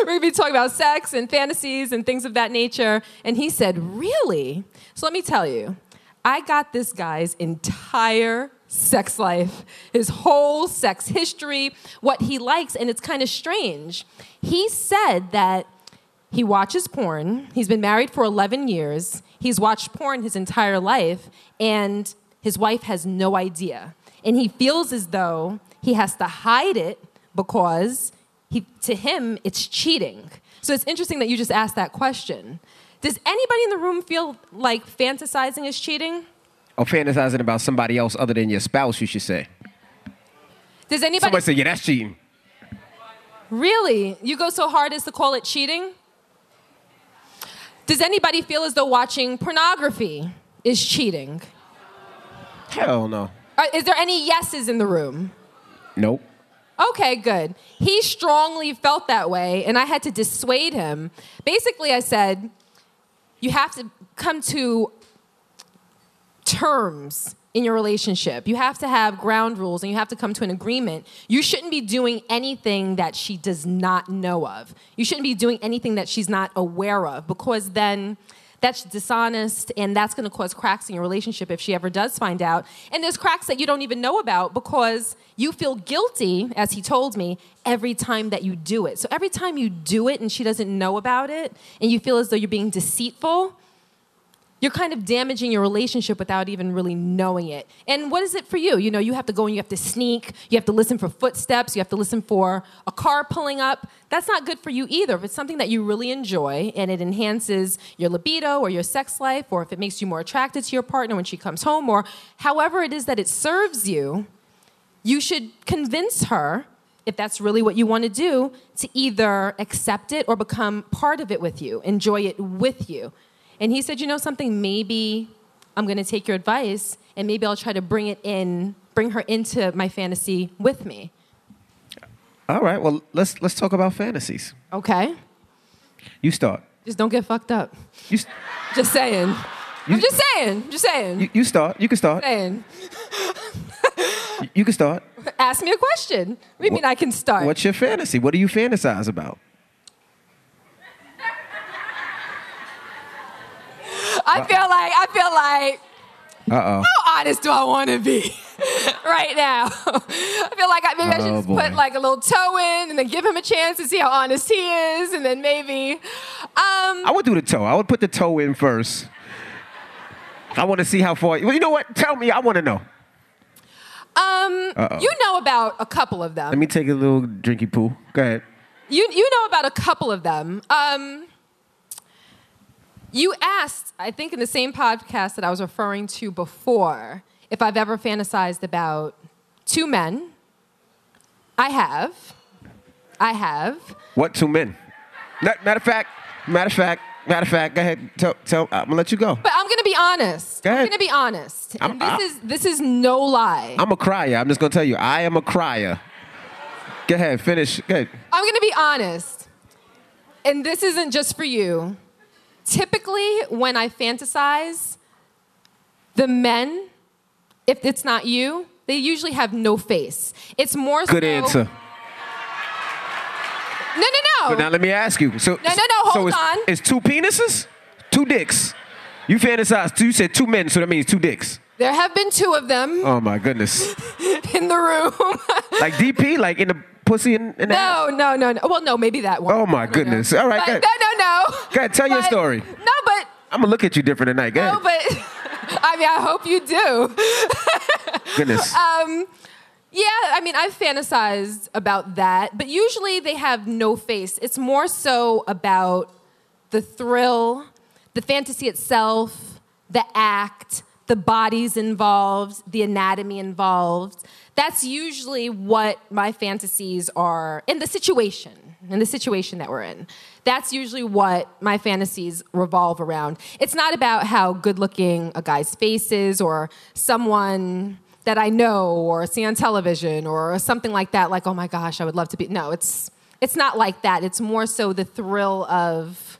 [SPEAKER 3] We're going to be talking about sex and fantasies and things of that nature. And he said, Really? So let me tell you, I got this guy's entire sex life, his whole sex history, what he likes, and it's kind of strange. He said that he watches porn. He's been married for 11 years. He's watched porn his entire life, and his wife has no idea. And he feels as though he has to hide it because he, to him, it's cheating. So it's interesting that you just asked that question. Does anybody in the room feel like fantasizing is cheating?
[SPEAKER 2] Or fantasizing about somebody else other than your spouse, you should say.
[SPEAKER 3] Does anybody
[SPEAKER 2] Somebody say, yeah, that's cheating.
[SPEAKER 3] really? You go so hard as to call it cheating? Does anybody feel as though watching pornography is cheating?
[SPEAKER 2] Hell no.
[SPEAKER 3] Are- Uh, Is there any yeses in the room?
[SPEAKER 2] Nope.
[SPEAKER 3] Okay, good. He strongly felt that way, and I had to dissuade him. Basically, I said, You have to come to terms in your relationship. You have to have ground rules and you have to come to an agreement. You shouldn't be doing anything that she does not know of. You shouldn't be doing anything that she's not aware of because then that's dishonest and that's going to cause cracks in your relationship if she ever does find out. And there's cracks that you don't even know about because you feel guilty, as he told me, every time that you do it. So every time you do it and she doesn't know about it and you feel as though you're being deceitful, you're kind of damaging your relationship without even really knowing it. And what is it for you? You know, you have to go and you have to sneak, you have to listen for footsteps, you have to listen for a car pulling up. That's not good for you either. If it's something that you really enjoy and it enhances your libido or your sex life, or if it makes you more attracted to your partner when she comes home, or however it is that it serves you, you should convince her if that's really what you want to do to either accept it or become part of it with you enjoy it with you and he said you know something maybe i'm going to take your advice and maybe i'll try to bring it in bring her into my fantasy with me
[SPEAKER 2] All right, well, let's, let's talk about fantasies.
[SPEAKER 3] okay
[SPEAKER 2] You start.
[SPEAKER 3] just don't get fucked up
[SPEAKER 2] You, s-
[SPEAKER 3] just saying i'm
[SPEAKER 2] You-
[SPEAKER 3] just saying I'm just saying
[SPEAKER 2] you, you start. You can start.
[SPEAKER 3] saying
[SPEAKER 2] You- You can start.
[SPEAKER 3] ask me a question what do you mean i can start
[SPEAKER 2] What's your fantasy? What do you fantasize about?
[SPEAKER 3] i feel like i feel like
[SPEAKER 2] Uh oh.
[SPEAKER 3] how honest do I want to be right now? I feel like I, maybe I should
[SPEAKER 2] Oh,
[SPEAKER 3] just
[SPEAKER 2] boy.
[SPEAKER 3] put like a little toe in and then give him a chance to see how honest he is, and then maybe. Um,
[SPEAKER 2] I would do the toe. I would put the toe in first. I want to see how far. Well, you know what? Tell me. I want to know.
[SPEAKER 3] um,
[SPEAKER 2] Uh-oh.
[SPEAKER 3] you know about a couple of them.
[SPEAKER 2] Let me take a little drinky poo. Go ahead.
[SPEAKER 3] You you know about a couple of them. Um, you asked, I think, in the same podcast that I was referring to before, if I've ever fantasized about two men. I have. I have.
[SPEAKER 2] What two men? Ma- Matter of fact, matter of fact, matter of fact. Go ahead. Tell. tell I'm gonna let you go.
[SPEAKER 3] But I'm gonna be honest.
[SPEAKER 2] Go
[SPEAKER 3] I'm
[SPEAKER 2] ahead.
[SPEAKER 3] gonna be honest.
[SPEAKER 2] I'm-
[SPEAKER 3] And this
[SPEAKER 2] I-
[SPEAKER 3] is this is no lie. I'm,
[SPEAKER 2] I'm a crier. I'm just gonna tell you. I am a crier. Go ahead. Finish. Go ahead.
[SPEAKER 3] gonna be honest. And this isn't just for you. Typically, when I fantasize, the men, if it's not you, they usually have no face. It's more
[SPEAKER 2] Good
[SPEAKER 3] so,
[SPEAKER 2] answer.
[SPEAKER 3] No, no, no.
[SPEAKER 2] But now let me ask you. So
[SPEAKER 3] no, no,
[SPEAKER 2] so
[SPEAKER 3] hold
[SPEAKER 2] it's,
[SPEAKER 3] on.
[SPEAKER 2] It's two penises, two dicks. You fantasized. Two, you said two men, so that means two dicks.
[SPEAKER 3] there have been two of them
[SPEAKER 2] Oh my goodness.
[SPEAKER 3] in the room.
[SPEAKER 2] Like DP, like in the pussy in, in the
[SPEAKER 3] No,
[SPEAKER 2] ass?
[SPEAKER 3] no, no, no. Well, no, maybe that one.
[SPEAKER 2] Oh, my
[SPEAKER 3] No, no.
[SPEAKER 2] goodness. All right,
[SPEAKER 3] But,
[SPEAKER 2] good.
[SPEAKER 3] no, no, no.
[SPEAKER 2] Go ahead, tell your
[SPEAKER 3] But-
[SPEAKER 2] story.
[SPEAKER 3] No, but
[SPEAKER 2] I'm gonna look at you different tonight. Go
[SPEAKER 3] no,
[SPEAKER 2] ahead.
[SPEAKER 3] but I mean, I hope you do.
[SPEAKER 2] Goodness.
[SPEAKER 3] Um, yeah, I mean, I've fantasized about that, but usually they have no face. It's more so about the thrill, the fantasy itself, the act, the bodies involved, the anatomy involved. That's usually what my fantasies are in the situation, in the situation that we're in. That's usually what my fantasies revolve around. It's not about how good looking a guy's face is or someone that I know or see on television or something like that, like, oh my gosh, I would love to be. No, it's, it's not like that. It's more so the thrill of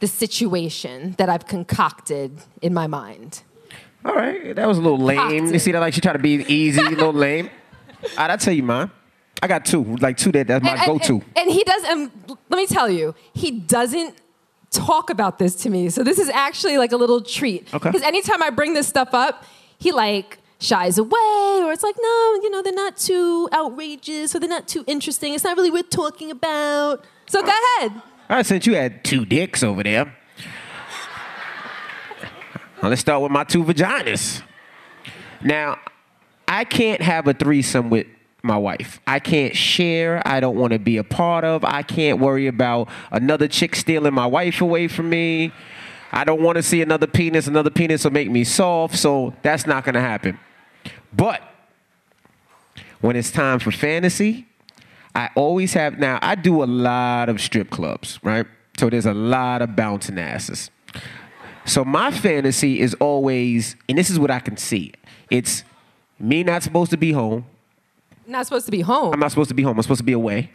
[SPEAKER 3] the situation that I've concocted in my mind.
[SPEAKER 2] All right, that was a little lame. You
[SPEAKER 3] Cocked.
[SPEAKER 2] see that? Like she tried to be easy, a little lame. All right, I tell you, mine. I got two, like two that that's my
[SPEAKER 3] And- and-
[SPEAKER 2] go-to.
[SPEAKER 3] And, and he does, and let me tell you, he doesn't talk about this to me. So this is actually like a little treat.
[SPEAKER 2] Okay.
[SPEAKER 3] Because anytime I bring this stuff up, he like shies away or it's like, no, you know, they're not too outrageous or they're not too interesting. It's not really worth talking about. So go ahead.
[SPEAKER 2] All right, since you had two dicks over there, now let's start with my two vaginas. Now, I can't have a threesome with my wife. I can't share. I don't want to be a part of. I can't worry about another chick stealing my wife away from me. I don't want to see another penis. Another penis will make me soft, so that's not going to happen. But when it's time for fantasy, I always have now I do a lot of strip clubs, right? So there's a lot of bouncing asses. So my fantasy is always, and this is what I can see. It's me not supposed to be home.
[SPEAKER 3] Not supposed to be home.
[SPEAKER 2] I'm not supposed to be home. I'm supposed to be away.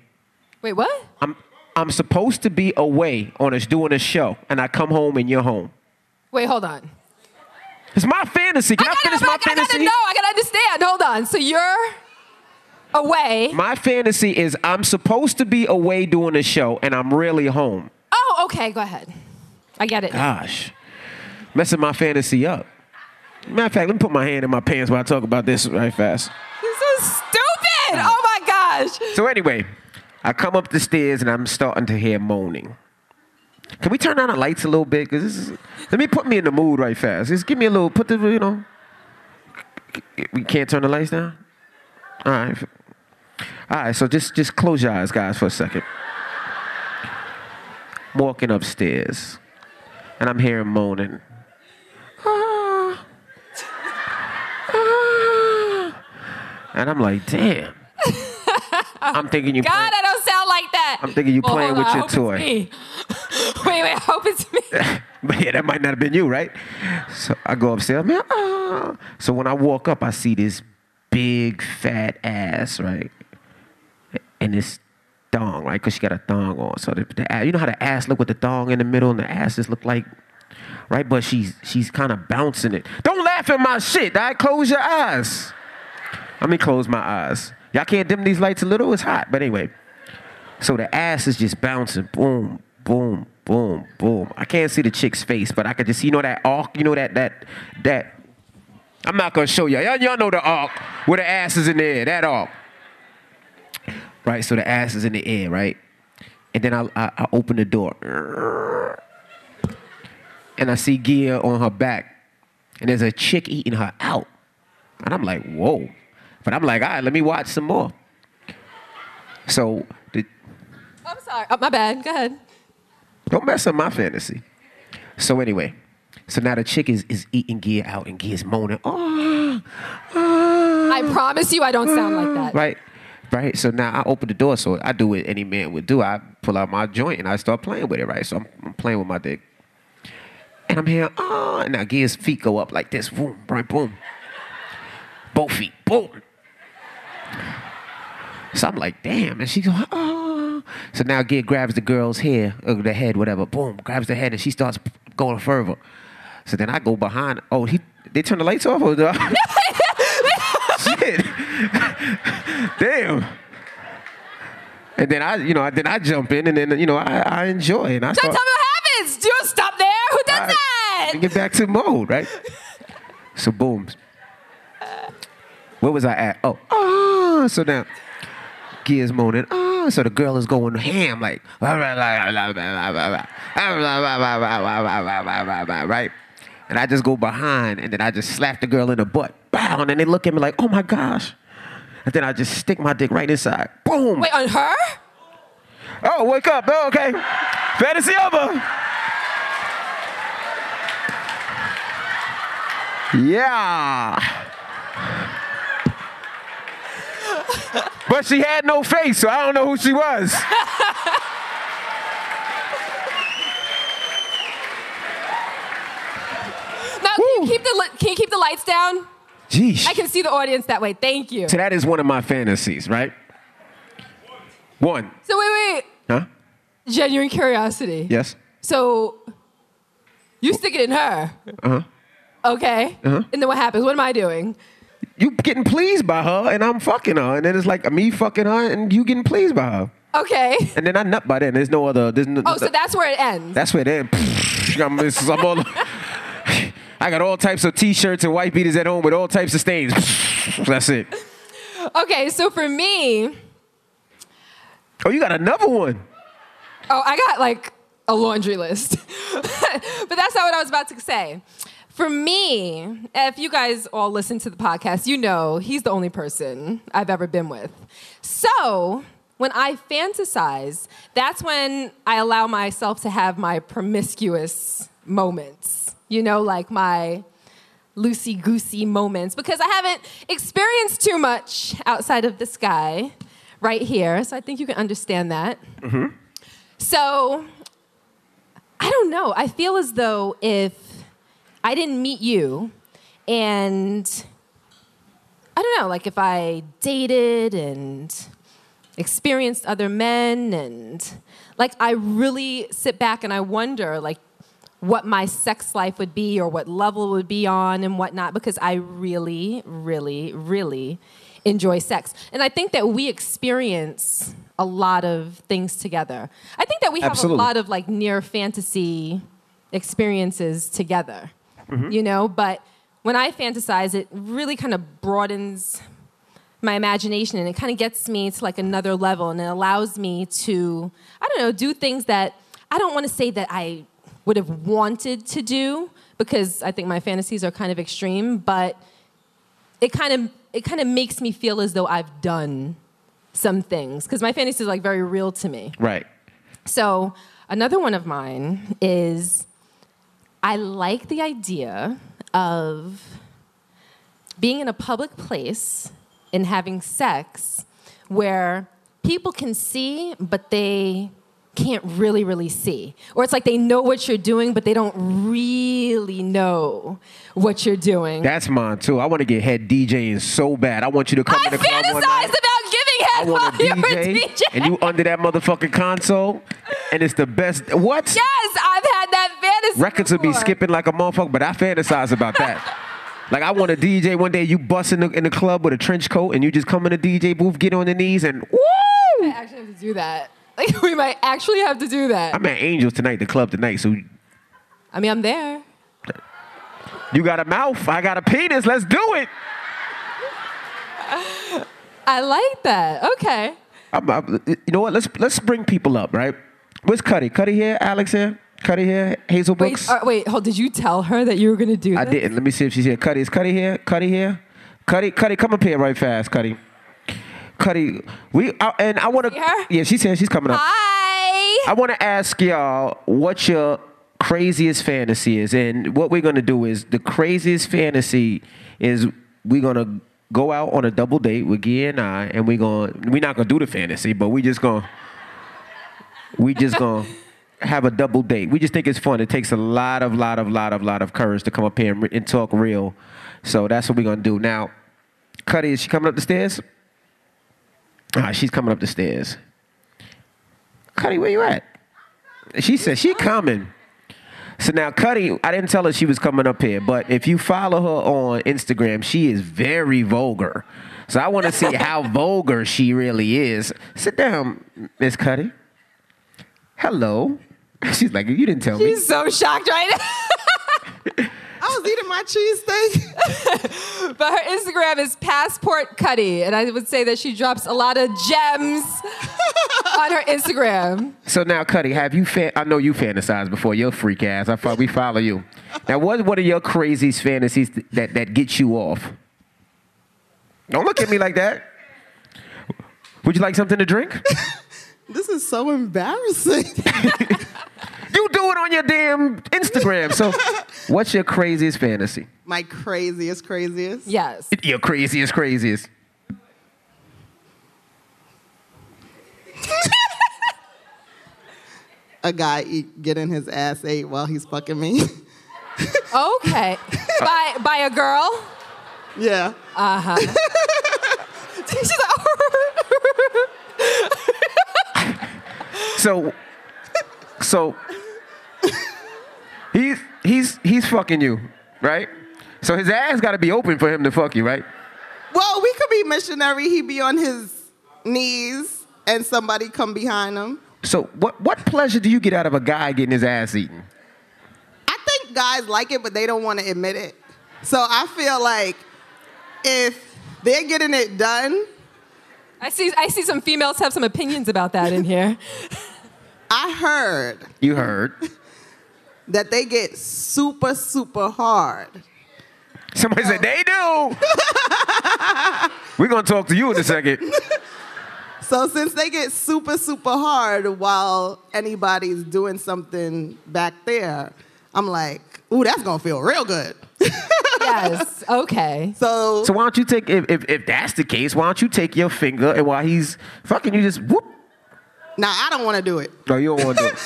[SPEAKER 3] Wait, what?
[SPEAKER 2] I'm I'm supposed to be away on us doing a show, and I come home and you're home.
[SPEAKER 3] Wait, hold on.
[SPEAKER 2] It's my fantasy. Can I,
[SPEAKER 3] gotta,
[SPEAKER 2] finish
[SPEAKER 3] but
[SPEAKER 2] my
[SPEAKER 3] I gotta
[SPEAKER 2] fantasy?
[SPEAKER 3] know. I gotta understand. Hold on. So you're away.
[SPEAKER 2] My fantasy is I'm supposed to be away doing a show, and I'm really home.
[SPEAKER 3] oh, okay. Go ahead. I get it.
[SPEAKER 2] gosh, messing my fantasy up. Matter of fact, let me put my hand in my pants while I talk about this right fast.
[SPEAKER 3] This is stupid. Oh my gosh.
[SPEAKER 2] So anyway, I come up the stairs and I'm starting to hear moaning. Can we turn down the lights a little bit? Cause this is, let me put me in the mood right fast. Just give me a little. Put the you know. We can't turn the lights down. All right. All right. So just just close your eyes, guys, for a second. I'm walking upstairs, and I'm hearing moaning. Ah. Ah. And I'm like, damn. I'm thinking you.
[SPEAKER 3] God,
[SPEAKER 2] playing-
[SPEAKER 3] I don't sound like that.
[SPEAKER 2] I'm thinking you
[SPEAKER 3] Well,
[SPEAKER 2] playing
[SPEAKER 3] hold
[SPEAKER 2] with
[SPEAKER 3] on. I
[SPEAKER 2] your
[SPEAKER 3] hope
[SPEAKER 2] toy.
[SPEAKER 3] it's me. wait, wait. I hope it's me.
[SPEAKER 2] but yeah, that might not have been you, right? So I go upstairs. Man, ah. So when I walk up, I see this big fat ass, right? And this thong, right? Because she got a thong on. So the, the ass, you know how the ass look with the thong in the middle, and the ass just look like, right? But she's she's kind of bouncing it. Don't laugh at my shit. I close your eyes. I mean, close my eyes. Y'all can't dim these lights a little. It's hot. But anyway. So the ass is just bouncing, boom, boom, boom, boom. I can't see the chick's face, but I could just, you know, that arc, you know, that, that, that. I'm not gonna show y'all. Y'all, y'all know the arc where the ass is in the air, that arc. Right, so the ass is in the air, right? And then I, I, I open the door. And I see Gia on her back. And there's a chick eating her out. And I'm like, whoa. But I'm like, all right, let me watch some more. So the,
[SPEAKER 3] I'm sorry. Oh, my bad. Go ahead.
[SPEAKER 2] don't mess up my fantasy. So anyway, so now the chick is, is eating gear out and gear's moaning. Oh,
[SPEAKER 3] I promise you, I don't sound like that.
[SPEAKER 2] Right. Right. So now I open the door. So I do what any man would do. I pull out my joint and I start playing with it, right? So I'm, I'm playing with my dick. And I'm here, ah, and now Gia's feet go up like this. Boom, right, boom. Both feet, boom. So I'm like, damn. And she's going, ah. So now Gia grabs the girl's hair, or the head, whatever. Boom, grabs the head, and she starts going further. So then I go behind. Oh, he, they turn the lights off? Or do I- Shit. Damn. And then I, you know, then I jump in, and then you know, I, I enjoy, and I
[SPEAKER 3] Don't
[SPEAKER 2] start.
[SPEAKER 3] tell me what happens. You don't stop there. Who does
[SPEAKER 2] All right.
[SPEAKER 3] that?
[SPEAKER 2] And get back to mode, right? so boom. Where was I at? Oh, ah, so now Rocky is moaning. Ah, so the girl is going ham, like right. And I just go behind, and then I just slap the girl in the butt. Bow, and then they look at me like, oh my gosh. And then I just stick my dick right inside. Boom.
[SPEAKER 3] Wait, on her?
[SPEAKER 2] Oh, wake up. Oh, okay. Fantasy over. Yeah. But she had no face, so I don't know who she was.
[SPEAKER 3] Now, can you, keep the, li- can you keep the lights down?
[SPEAKER 2] Jeez.
[SPEAKER 3] I can see the audience that way. Thank you.
[SPEAKER 2] So that is one of my fantasies, right? One.
[SPEAKER 3] So, wait,
[SPEAKER 2] Huh?
[SPEAKER 3] wait. Genuine curiosity.
[SPEAKER 2] Yes.
[SPEAKER 3] So, you stick it in her.
[SPEAKER 2] Uh huh.
[SPEAKER 3] Okay. And then what happens? What am I doing?
[SPEAKER 2] You getting pleased by her, and I'm fucking her, and then it's like me fucking her, and you getting pleased by her,
[SPEAKER 3] Okay.
[SPEAKER 2] and then I nut by then. There's no other. There's no.
[SPEAKER 3] Oh, so that's where it ends.
[SPEAKER 2] That's where then I'm, it's- I'm all, I got all types of t-shirts and white beaters at home with all types of stains. That's it.
[SPEAKER 3] Okay, so for me,
[SPEAKER 2] Oh, you got another one.
[SPEAKER 3] oh, I got like a laundry list, but that's not what I was about to say. For me, if you guys all listen to the podcast, you know he's the only person I've ever been with. So when I fantasize, that's when I allow myself to have my promiscuous moments, you know, like my loosey goosey moments because I haven't experienced too much outside of the sky right here. So I think you can understand that. So I don't know. I feel as though if I didn't meet you and I don't know, like if I dated and experienced other men and like I really sit back and I wonder like what my sex life would be or what level it would be on and whatnot because I really, really, really enjoy sex. And I think that we experience a lot of things together. I think that we have
[SPEAKER 2] Absolutely.
[SPEAKER 3] a lot of like near fantasy experiences together, you know? But when I fantasize, it really kind of broadens my imagination and it kind of gets me to like another level and it allows me to i don't know do things that i don't want to say that i would have wanted to do because i think my fantasies are kind of extreme but it kind of it kind of makes me feel as though i've done some things because my fantasies are like very real to me
[SPEAKER 2] Right.
[SPEAKER 3] so another one of mine is I like the idea of being in a public place and having sex where people can see, but they can't really, really see. Or it's like they know what you're doing, but they don't really know what you're doing.
[SPEAKER 2] That's mine too. I want to get head DJing so bad. I want you to come
[SPEAKER 3] I
[SPEAKER 2] to the club one
[SPEAKER 3] fantasize
[SPEAKER 2] night.
[SPEAKER 3] about giving
[SPEAKER 2] I
[SPEAKER 3] head
[SPEAKER 2] want
[SPEAKER 3] while
[SPEAKER 2] a
[SPEAKER 3] you're
[SPEAKER 2] DJ,
[SPEAKER 3] a DJ.
[SPEAKER 2] and you under that motherfucking console, and it's the best. What?
[SPEAKER 3] yes, I've had that fantasy.
[SPEAKER 2] Records would be
[SPEAKER 3] before.
[SPEAKER 2] skipping like a motherfucker, but I fantasize about that. like I want a DJ one day. You bust in the, in the club with a trench coat, and you just come in the DJ booth, get on the knees, and woo!
[SPEAKER 3] I actually have to do that. Like we might actually have to do that.
[SPEAKER 2] I'm at Angels tonight, the club tonight. So
[SPEAKER 3] I mean, I'm there.
[SPEAKER 2] you got a mouth, I got a penis. Let's do it.
[SPEAKER 3] I like that. Okay.
[SPEAKER 2] I'm, I'm- you know what? Let's let's bring people up, right? Where's Cuddy? Cuddy here. Alex here. Cuddy here. Hazel Brooks.
[SPEAKER 3] Wait, uh, wait, hold. Did you tell her that you were gonna do
[SPEAKER 2] I
[SPEAKER 3] that?
[SPEAKER 2] didn't. Let me see if she's here. Cuddy, is Cuddy here? Cuddy here? Cuddy, Cuddy, come up here right fast, Cuddy. Cuddy, we I, and I want
[SPEAKER 3] See
[SPEAKER 2] to.
[SPEAKER 3] her?
[SPEAKER 2] Yeah, she's here. She's coming up.
[SPEAKER 3] Hi.
[SPEAKER 6] Oh,
[SPEAKER 2] I want to ask y'all what your craziest fantasy is. And what we're going to do is the craziest fantasy is we're going to go out on a double date with Gia and I, and we're going to, we're not going to do the fantasy, but we just going to, we just going to have a double date. We just think it's fun. It takes a lot of, lot of, lot of, lot of courage to come up here and, re- and talk real. So that's what we're going to do. Now, Cuddy, is she coming up the stairs? Ah, she's coming up the stairs. Cuddy, where you at? She said she coming. So now Cuddy, I didn't tell her she was coming up here, but if you follow her on Instagram, she is very vulgar. So I want to see how vulgar she really is. Sit down, Miss Cuddy. Hello. She's like, you didn't tell me.
[SPEAKER 3] She's so shocked right now.
[SPEAKER 6] I was eating my cheesesteak.
[SPEAKER 3] But her Instagram is Passport Cuddy, and I would say that she drops a lot of gems on her Instagram.
[SPEAKER 2] So now, Cuddy, have you? Fan- I know you fantasized before. You're a freak ass. I fo- we follow you. Now, what what are your craziest fantasies th- that that get you off? Don't look at me like that. Would you like something to drink?
[SPEAKER 6] This is so embarrassing.
[SPEAKER 2] You do it on your damn Instagram. So, what's your craziest fantasy?
[SPEAKER 6] my craziest, craziest.
[SPEAKER 3] Yes.
[SPEAKER 2] Your craziest, craziest.
[SPEAKER 6] A guy eat, getting his ass ate while he's fucking me.
[SPEAKER 3] Okay. by by a girl.
[SPEAKER 6] yeah.
[SPEAKER 3] She's like,
[SPEAKER 2] So, so he's he's he's fucking you, right? So his ass got to be open for him to fuck you, right?
[SPEAKER 6] Well, we could be missionary. He be on his knees and somebody come behind him.
[SPEAKER 2] So what what pleasure do you get out of a guy getting his ass eaten?
[SPEAKER 6] I think guys like it, but they don't want to admit it. So I feel like if they're getting it done,
[SPEAKER 3] I see. I see some females have some opinions about that in here.
[SPEAKER 6] I heard
[SPEAKER 2] You heard.
[SPEAKER 6] that they get super, super hard.
[SPEAKER 2] Somebody said they do. We're gonna talk to you in a second.
[SPEAKER 6] So since they get super, super hard while anybody's doing something back there, I'm like, ooh, that's gonna feel real good.
[SPEAKER 3] Yes. Okay.
[SPEAKER 6] So,
[SPEAKER 2] So why don't you take if, if if that's the case, why don't you take your finger and while he's fucking you just whoop.
[SPEAKER 6] now I don't wanna do it.
[SPEAKER 2] No, you don't want to do it.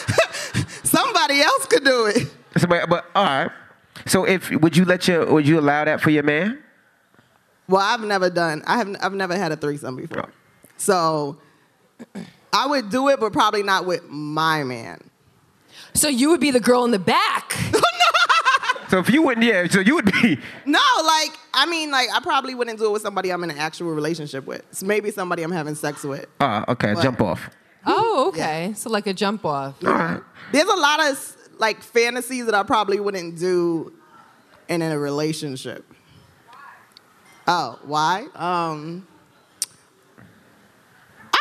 [SPEAKER 6] Somebody else could do it.
[SPEAKER 2] Somebody, but all right. So if would you let your would you allow that for your man?
[SPEAKER 6] Well, I've never done. I have. I've never had a threesome before. So I would do it, but probably not with my man.
[SPEAKER 3] So you would be the girl in the back.
[SPEAKER 2] So if you wouldn't, yeah. So you would be.
[SPEAKER 6] No, like I mean, like I probably wouldn't do it with somebody I'm in an actual relationship with. So maybe somebody I'm having sex with.
[SPEAKER 2] Ah, okay.
[SPEAKER 6] What?
[SPEAKER 2] Jump off.
[SPEAKER 3] Oh, okay. So like a jump off.
[SPEAKER 2] All right.
[SPEAKER 6] There's a lot of like fantasies that I probably wouldn't do in a relationship. Oh, why? Um, I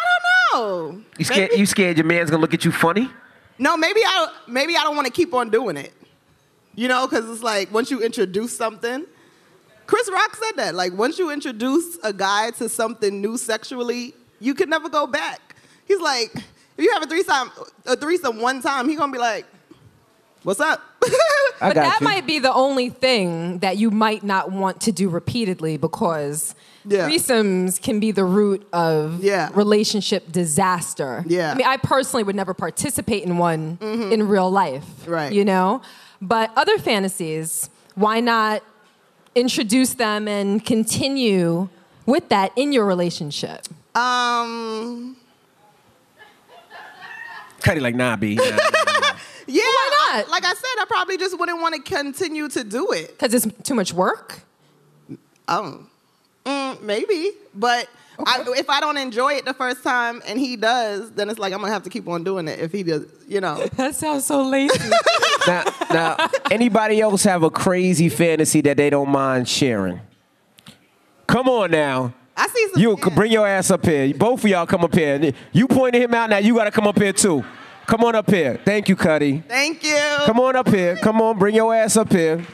[SPEAKER 6] don't know.
[SPEAKER 2] You scared? You scared your man's gonna look at you funny?
[SPEAKER 6] No, maybe I maybe I don't want to keep on doing it. You know, because it's like once you introduce something, Chris Rock said that. Like once you introduce a guy to something new sexually, you can never go back. He's like, if you have a threesome, a threesome one time, he gonna be like, "What's up?"
[SPEAKER 3] but that might be the only thing that you might not want to do repeatedly because
[SPEAKER 6] Yeah.
[SPEAKER 3] threesomes can be the root of
[SPEAKER 6] Yeah.
[SPEAKER 3] relationship disaster.
[SPEAKER 6] Yeah.
[SPEAKER 3] I
[SPEAKER 6] Mm-hmm.
[SPEAKER 3] mean, I personally would never participate in one in real life.
[SPEAKER 6] Right.
[SPEAKER 3] You know? But other fantasies, why not introduce them and continue with that in your relationship?
[SPEAKER 6] um,
[SPEAKER 2] Cuddy like nah, b. nah, nah.
[SPEAKER 6] yeah,
[SPEAKER 3] why
[SPEAKER 6] I-
[SPEAKER 3] not?
[SPEAKER 6] like I said, I probably just wouldn't want to continue to do it.
[SPEAKER 3] Because it's too much work?
[SPEAKER 6] Oh, mm, maybe. But I, if I don't enjoy it the first time and he does, then it's like I'm gonna have to keep on doing it. If he does, you know.
[SPEAKER 3] That sounds so lazy.
[SPEAKER 2] now, now, anybody else have a crazy fantasy that they don't mind sharing? Come on now.
[SPEAKER 6] I see some.
[SPEAKER 2] You
[SPEAKER 6] yeah.
[SPEAKER 2] bring your ass up here. Both of y'all come up here. You pointed him out now. You got to come up here too. Come on up here. Thank you, Cuddy.
[SPEAKER 6] Thank you.
[SPEAKER 2] Come on up here. Come on, bring your ass up here.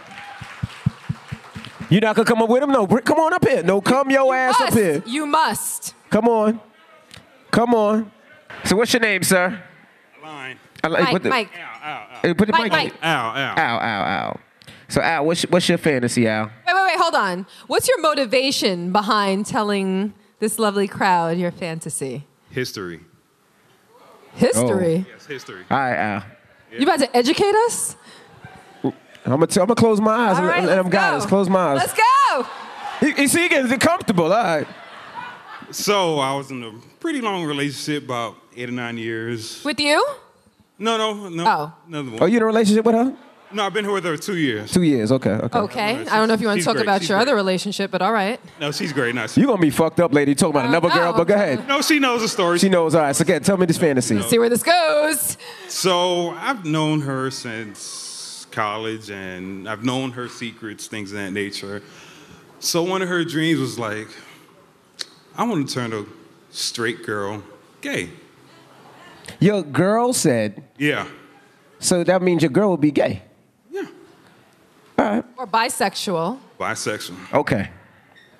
[SPEAKER 2] You not gonna come up with him? No, br- come on up here. No, come your ass up
[SPEAKER 3] must,
[SPEAKER 2] here.
[SPEAKER 3] You must.
[SPEAKER 2] Come on. Come on. So what's your name, sir?
[SPEAKER 7] Line.
[SPEAKER 2] I like-
[SPEAKER 3] Mike,
[SPEAKER 2] the-
[SPEAKER 3] Mike,
[SPEAKER 2] Hey, put the
[SPEAKER 3] Mike,
[SPEAKER 2] mic.
[SPEAKER 3] Mike.
[SPEAKER 7] Ow, ow.
[SPEAKER 2] Ow, ow, ow. So Al, what's what's your fantasy, Al?
[SPEAKER 3] Wait, wait, wait, hold on. What's your motivation behind telling this lovely crowd your fantasy?
[SPEAKER 7] History.
[SPEAKER 3] History.
[SPEAKER 7] Yes, history.
[SPEAKER 2] All right, Al.
[SPEAKER 7] Oh.
[SPEAKER 3] You about to educate us?
[SPEAKER 2] I'm gonna t- I'm gonna close my eyes
[SPEAKER 3] All
[SPEAKER 2] and let-
[SPEAKER 3] right,
[SPEAKER 2] let him
[SPEAKER 3] let's
[SPEAKER 2] guide
[SPEAKER 3] go.
[SPEAKER 2] us. Close my eyes.
[SPEAKER 3] Let's go.
[SPEAKER 2] You, you see, he getting comfortable. All right.
[SPEAKER 7] So I was in a pretty long relationship, about eight or nine years.
[SPEAKER 3] With you?
[SPEAKER 7] No, no, no.
[SPEAKER 3] Oh.
[SPEAKER 7] Another one.
[SPEAKER 2] Are you in a relationship with her?
[SPEAKER 7] No, I've been with her two years.
[SPEAKER 2] Two years. Okay. Okay.
[SPEAKER 3] Okay.
[SPEAKER 7] she's-
[SPEAKER 3] I don't know if you want to
[SPEAKER 7] she's
[SPEAKER 3] talk
[SPEAKER 7] great,
[SPEAKER 3] about
[SPEAKER 7] she's
[SPEAKER 3] your
[SPEAKER 7] great.
[SPEAKER 3] other relationship, but all right.
[SPEAKER 7] No, she's great. Not
[SPEAKER 2] You gonna be fucked up, lady. Talking about
[SPEAKER 3] Oh,
[SPEAKER 2] another girl,
[SPEAKER 3] no.
[SPEAKER 2] but go ahead.
[SPEAKER 7] No, she knows the story.
[SPEAKER 2] She knows. All right. So again, tell me this fantasy.
[SPEAKER 3] See where this goes.
[SPEAKER 7] So I've known her since college, and I've known her secrets, things of that nature. So one of her dreams was like, I want to turn a straight girl gay.
[SPEAKER 2] Your girl said,
[SPEAKER 7] Yeah,
[SPEAKER 2] so that means your girl will be gay.
[SPEAKER 7] yeah,
[SPEAKER 3] Or bisexual.
[SPEAKER 7] bisexual.
[SPEAKER 2] Okay.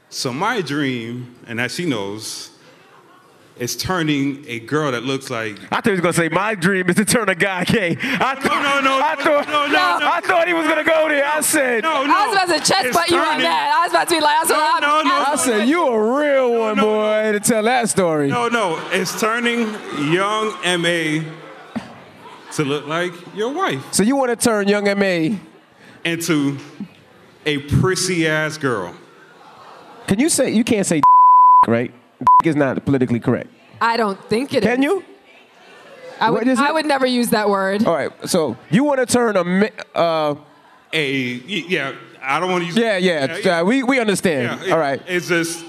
[SPEAKER 7] So my dream, and as she knows, is turning a girl that looks like
[SPEAKER 2] I thought he was gonna say my dream is to turn a guy gay. I thought,
[SPEAKER 7] no, no,
[SPEAKER 2] I
[SPEAKER 7] no,
[SPEAKER 2] thought,
[SPEAKER 7] no, no, no.
[SPEAKER 2] I thought he was gonna go there. I said,
[SPEAKER 7] no, no.
[SPEAKER 3] I was about to chest
[SPEAKER 7] It's
[SPEAKER 3] butt you on
[SPEAKER 7] turning-
[SPEAKER 3] that. I was about to be like, I was
[SPEAKER 7] No,
[SPEAKER 3] like,
[SPEAKER 7] no, no,
[SPEAKER 2] I said you a real one,
[SPEAKER 7] no,
[SPEAKER 2] boy, to tell that story.
[SPEAKER 7] No, no, it's turning young MA to look like your wife
[SPEAKER 2] So you want to turn young M.A.
[SPEAKER 7] into a prissy ass girl.
[SPEAKER 2] Can you say you can't say right? is not politically correct.
[SPEAKER 3] I don't think it is.
[SPEAKER 2] Can you?
[SPEAKER 3] I
[SPEAKER 2] What
[SPEAKER 3] would,
[SPEAKER 2] is it?
[SPEAKER 3] I would never use that word.
[SPEAKER 7] Oh.
[SPEAKER 2] All right. So you want to turn a mi- uh
[SPEAKER 7] A y- yeah, I don't want to use
[SPEAKER 2] yeah yeah, uh, we we understand.
[SPEAKER 7] yeah,
[SPEAKER 2] All right.
[SPEAKER 7] It's just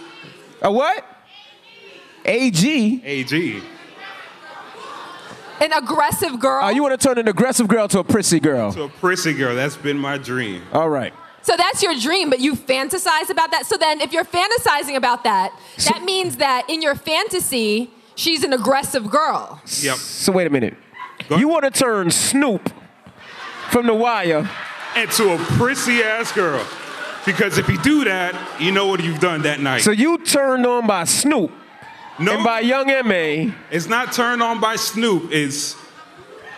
[SPEAKER 2] A what? A.G.
[SPEAKER 7] AG.
[SPEAKER 3] An aggressive girl.
[SPEAKER 2] Uh, you want to turn an aggressive girl to a prissy girl.
[SPEAKER 7] So a prissy girl, that's been my dream.
[SPEAKER 2] All right.
[SPEAKER 3] so that's your dream, but you fantasize about that. So then, if you're fantasizing about that, that means that in your fantasy, she's an aggressive girl.
[SPEAKER 7] Yep.
[SPEAKER 2] So wait a minute.
[SPEAKER 7] Go-
[SPEAKER 2] You want to turn Snoop from The Wire?
[SPEAKER 7] And to a prissy ass girl. Because if you do that, you know what you've done that night.
[SPEAKER 2] So you turned on by Snoop
[SPEAKER 7] no,
[SPEAKER 2] and by Young M.A.
[SPEAKER 7] it's not turned on by Snoop. It's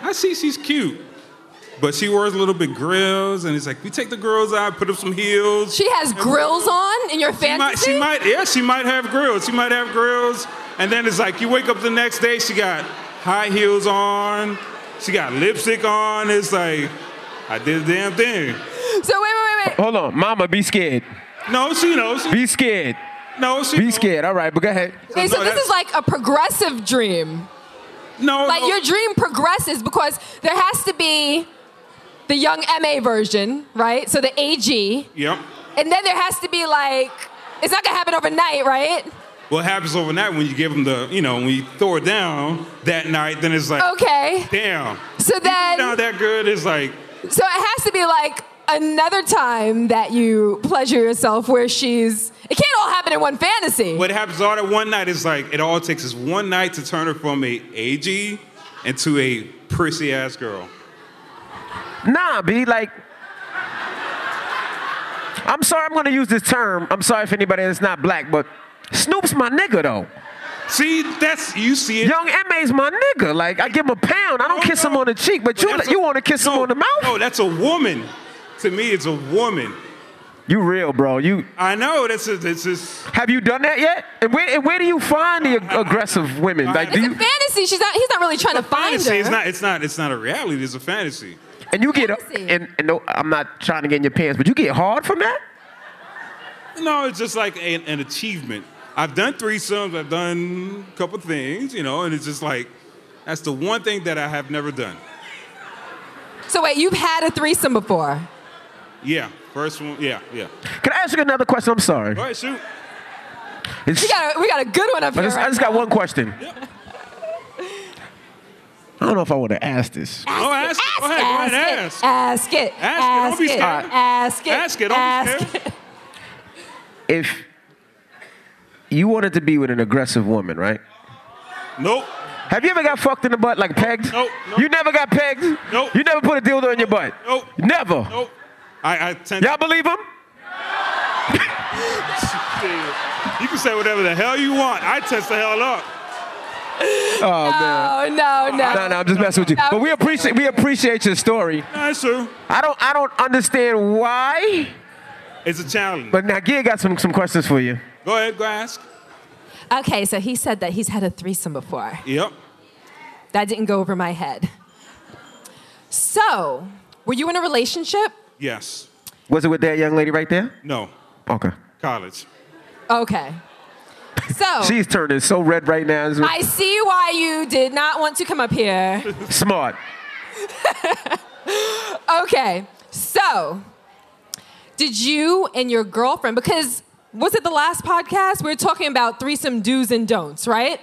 [SPEAKER 7] I see she's cute. But she wears little bit grills, and it's like we take the grills out, put up some heels.
[SPEAKER 3] She has grills on in your
[SPEAKER 7] She might,
[SPEAKER 3] fantasy.
[SPEAKER 7] she might, yeah, she might have grills. She might have grills. And then it's like you wake up the next day, she got high heels on, she got lipstick on. It's like, I did the damn thing.
[SPEAKER 3] So wait, wait, wait, wait.
[SPEAKER 2] Hold on, Mama, be scared.
[SPEAKER 7] No, she knows. She,
[SPEAKER 2] Be scared.
[SPEAKER 7] no, she
[SPEAKER 2] Be
[SPEAKER 7] knows.
[SPEAKER 2] scared. All right, but go ahead.
[SPEAKER 3] Okay, so
[SPEAKER 7] No,
[SPEAKER 3] this
[SPEAKER 7] that's-
[SPEAKER 3] is like a progressive dream.
[SPEAKER 7] No,
[SPEAKER 3] Like
[SPEAKER 7] no.
[SPEAKER 3] your dream progresses because there has to be the young MA version, right? So the AG.
[SPEAKER 7] Yep.
[SPEAKER 3] And then there has to be like, it's not gonna happen overnight, right?
[SPEAKER 7] What happens overnight when you give them the, you know, when you throw it down that night, then it's like,
[SPEAKER 3] Oh. Okay.
[SPEAKER 7] damn.
[SPEAKER 3] So
[SPEAKER 7] Not
[SPEAKER 3] then,
[SPEAKER 7] that good. It's like,
[SPEAKER 3] so it has to be like another time that you pleasure yourself where she's, it can't all happen in one fantasy.
[SPEAKER 7] what happens all that one night is like, it all takes is one night to turn her from a AG into a prissy ass girl.
[SPEAKER 2] Nah, be like. I'm sorry, I'm gonna use this term. I'm sorry if anybody that's not black, but Snoop's my nigga though.
[SPEAKER 7] See, that's you see it.
[SPEAKER 2] Young M.A.'s my nigga. Like I give him a pound. I don't
[SPEAKER 7] No,
[SPEAKER 2] kiss him
[SPEAKER 7] Oh, no.
[SPEAKER 2] on the cheek, but you
[SPEAKER 7] Well, that's
[SPEAKER 2] you
[SPEAKER 7] a-
[SPEAKER 2] want to kiss him
[SPEAKER 7] no,
[SPEAKER 2] on the mouth?
[SPEAKER 7] No, that's a woman. To me, it's a woman.
[SPEAKER 2] You real, bro. You
[SPEAKER 7] I know. That's a, that's just.
[SPEAKER 2] have you done that yet? And where, and where do you find the ag- aggressive women? Like do
[SPEAKER 3] it's a
[SPEAKER 2] you
[SPEAKER 3] fantasy. She's not, he's not really trying to find
[SPEAKER 7] Fantasy.
[SPEAKER 3] her.
[SPEAKER 7] It's not. It's not. It's not a reality. It's a fantasy.
[SPEAKER 2] and you get
[SPEAKER 3] fantasy.
[SPEAKER 2] and, and no, I'm not trying to get in your pants, but you get hard from that.
[SPEAKER 7] No, it's just like an, an achievement. I've done threesomes. I've done a couple things. You know, and it's just like that's the one thing that I have never done.
[SPEAKER 3] so wait, you've had a threesome before.
[SPEAKER 7] Yeah, first one. Yeah, yeah.
[SPEAKER 2] Can I ask you another question? I'm sorry.
[SPEAKER 7] All right, shoot.
[SPEAKER 2] It's-
[SPEAKER 3] We got a, we got a good one up
[SPEAKER 2] I
[SPEAKER 3] here.
[SPEAKER 2] just, I
[SPEAKER 3] right
[SPEAKER 2] just got one question. I don't know if I would have asked this.
[SPEAKER 7] Oh, ask. it. Go ahead. Go ahead. and
[SPEAKER 3] ask,
[SPEAKER 7] Ask.
[SPEAKER 3] it, ask it.
[SPEAKER 7] Ask it, don't be scared.
[SPEAKER 3] Ask it.
[SPEAKER 7] Ask it. Don't be
[SPEAKER 3] ask
[SPEAKER 7] scared.
[SPEAKER 3] it.
[SPEAKER 2] If you wanted to be with an aggressive woman, right?
[SPEAKER 7] Nope.
[SPEAKER 2] Have you ever got fucked in the butt, like pegged?
[SPEAKER 7] Nope, nope.
[SPEAKER 2] You never got pegged?
[SPEAKER 7] Nope.
[SPEAKER 2] You never put a dildo in your butt?
[SPEAKER 7] Nope.
[SPEAKER 2] Never?
[SPEAKER 7] Nope. I, I tend.
[SPEAKER 2] Y'all believe him?
[SPEAKER 7] You can say whatever the hell you want. I test the hell up.
[SPEAKER 2] Oh, man.
[SPEAKER 3] Oh no, no.
[SPEAKER 2] No, no, I'm just messing with you.
[SPEAKER 3] No, I'm
[SPEAKER 2] But we
[SPEAKER 3] just
[SPEAKER 2] appreciate we appreciate your story.
[SPEAKER 7] That's true.
[SPEAKER 2] I don't I don't understand why.
[SPEAKER 7] It's a challenge.
[SPEAKER 2] But now Gia got some, some questions for you.
[SPEAKER 7] go ahead. Go ask.
[SPEAKER 3] Okay, so he said that he's had a threesome before.
[SPEAKER 7] Yep.
[SPEAKER 3] That didn't go over my head. So, were you in a relationship?
[SPEAKER 7] Yes.
[SPEAKER 2] Was it with that young lady right there?
[SPEAKER 7] No.
[SPEAKER 2] Okay.
[SPEAKER 7] College.
[SPEAKER 3] Okay. So,
[SPEAKER 2] She's turning so red right now. It's
[SPEAKER 3] I see why you did not want to come up here.
[SPEAKER 2] smart.
[SPEAKER 3] Okay. So, did you and your girlfriend, because was it the last podcast? We were talking about threesome do's and don'ts, right?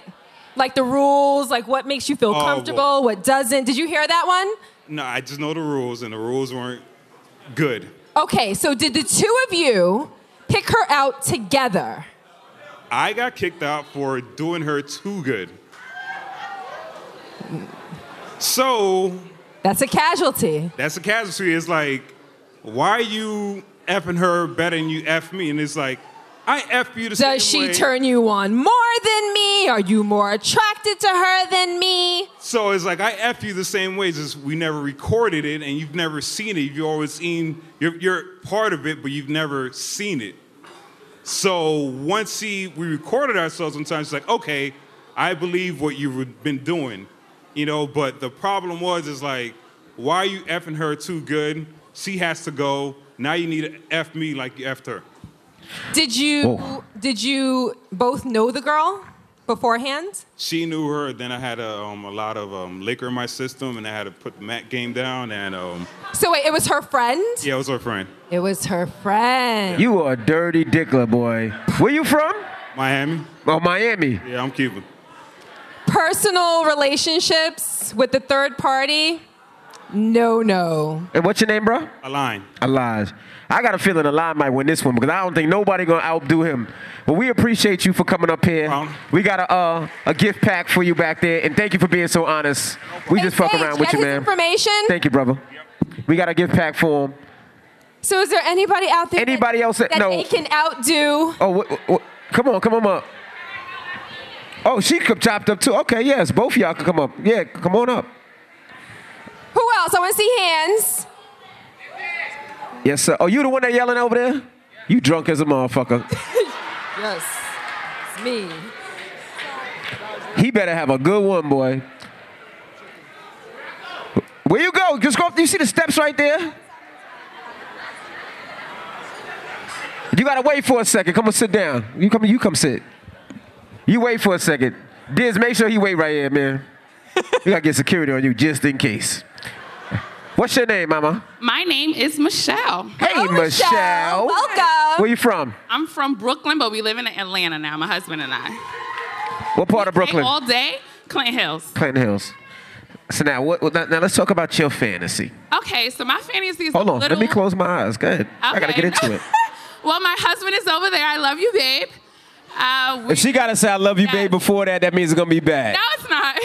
[SPEAKER 3] Like the rules, like what makes you feel
[SPEAKER 7] Oh,
[SPEAKER 3] comfortable,
[SPEAKER 7] well.
[SPEAKER 3] what doesn't. Did you hear that one?
[SPEAKER 7] No, I just know the rules, and the rules weren't good.
[SPEAKER 3] Okay, so did the two of you pick her out together?
[SPEAKER 7] I got kicked out for doing her too good. So
[SPEAKER 3] That's a casualty.
[SPEAKER 7] that's the casualty. It's like, why are you effing her better than you f me? And it's like, I f you the same
[SPEAKER 3] Does she
[SPEAKER 7] way.
[SPEAKER 3] turn you on more than me? Are you more attracted to her than me?
[SPEAKER 7] So it's like I f you the same way. Just we never recorded it, and you've never seen it. You've always seen you're, you're part of it, but you've never seen it. So once he, we recorded ourselves, sometimes it's like, okay, I believe what you've been doing, you know. But the problem was is like, why are you effing her too good? She has to go. Now you need to f me like you effed her.
[SPEAKER 3] Did you
[SPEAKER 2] Whoa.
[SPEAKER 3] did you both know the girl beforehand?
[SPEAKER 7] She knew her. Then I had a, um, a lot of um, liquor in my system, and I had to put the Mac game down. And um,
[SPEAKER 3] So wait, it was her friend?
[SPEAKER 7] yeah, it was her friend,
[SPEAKER 3] It was her friend.
[SPEAKER 2] You are a dirty dickler, boy. Where you from?
[SPEAKER 7] Miami.
[SPEAKER 2] Oh, Miami.
[SPEAKER 7] Yeah, I'm Cuban.
[SPEAKER 3] Personal relationships with the third party? No, no.
[SPEAKER 2] And what's your name, bro?
[SPEAKER 7] A line.
[SPEAKER 2] Elijah. I got a feeling Elijah might win this one because I don't think nobody gonna outdo him. But we appreciate you for coming up here.
[SPEAKER 7] Problem.
[SPEAKER 2] We got a uh, a gift pack for you back there, and thank you for being so honest. We just fuck
[SPEAKER 3] Paige,
[SPEAKER 2] around with
[SPEAKER 3] get
[SPEAKER 2] you,
[SPEAKER 3] his
[SPEAKER 2] man.
[SPEAKER 3] Information.
[SPEAKER 2] Thank you, brother. We got a gift pack for him.
[SPEAKER 3] so is there anybody out there? that-
[SPEAKER 2] Anybody else that-
[SPEAKER 3] that
[SPEAKER 2] no.
[SPEAKER 3] they can outdo?
[SPEAKER 2] Oh, what, what- what- come on, come on up. Oh, she could chopped up too. Okay, yes, both of y'all could come up. Yeah, come on up.
[SPEAKER 3] Who else? I want to see hands.
[SPEAKER 2] Yes, sir. Oh, you the one that yelling over there? You drunk as a motherfucker.
[SPEAKER 3] Yes, it's me.
[SPEAKER 2] He better have a good one, boy. Where you go? Just go up. You see the steps right there? You gotta wait for a second. Come and sit down. You come. You come sit. You wait for a second. Diz, make sure he wait right here, man. You gotta get security on you just in case. What's your name, Mama?
[SPEAKER 4] My name is Michelle.
[SPEAKER 2] Hey,
[SPEAKER 3] Hello, Michelle. Welcome.
[SPEAKER 2] Where you from?
[SPEAKER 4] I'm from Brooklyn, but we live in Atlanta now, my husband and I.
[SPEAKER 2] What part of Brooklyn?
[SPEAKER 4] All day, Clinton Hills.
[SPEAKER 2] Clinton Hills. So now, what, what- now, now let's talk about your fantasy.
[SPEAKER 4] Okay, so my fantasy is
[SPEAKER 2] Hold
[SPEAKER 4] a
[SPEAKER 2] on,
[SPEAKER 4] little-
[SPEAKER 2] let me close my eyes. Go ahead. I gotta
[SPEAKER 4] Okay.
[SPEAKER 2] get into it.
[SPEAKER 4] well, my husband is over there. I love you, babe. Uh, we-
[SPEAKER 2] If she gotta say "I love you,
[SPEAKER 4] Yes.
[SPEAKER 2] babe" before that, that means it's gonna be bad.
[SPEAKER 4] No, it's not.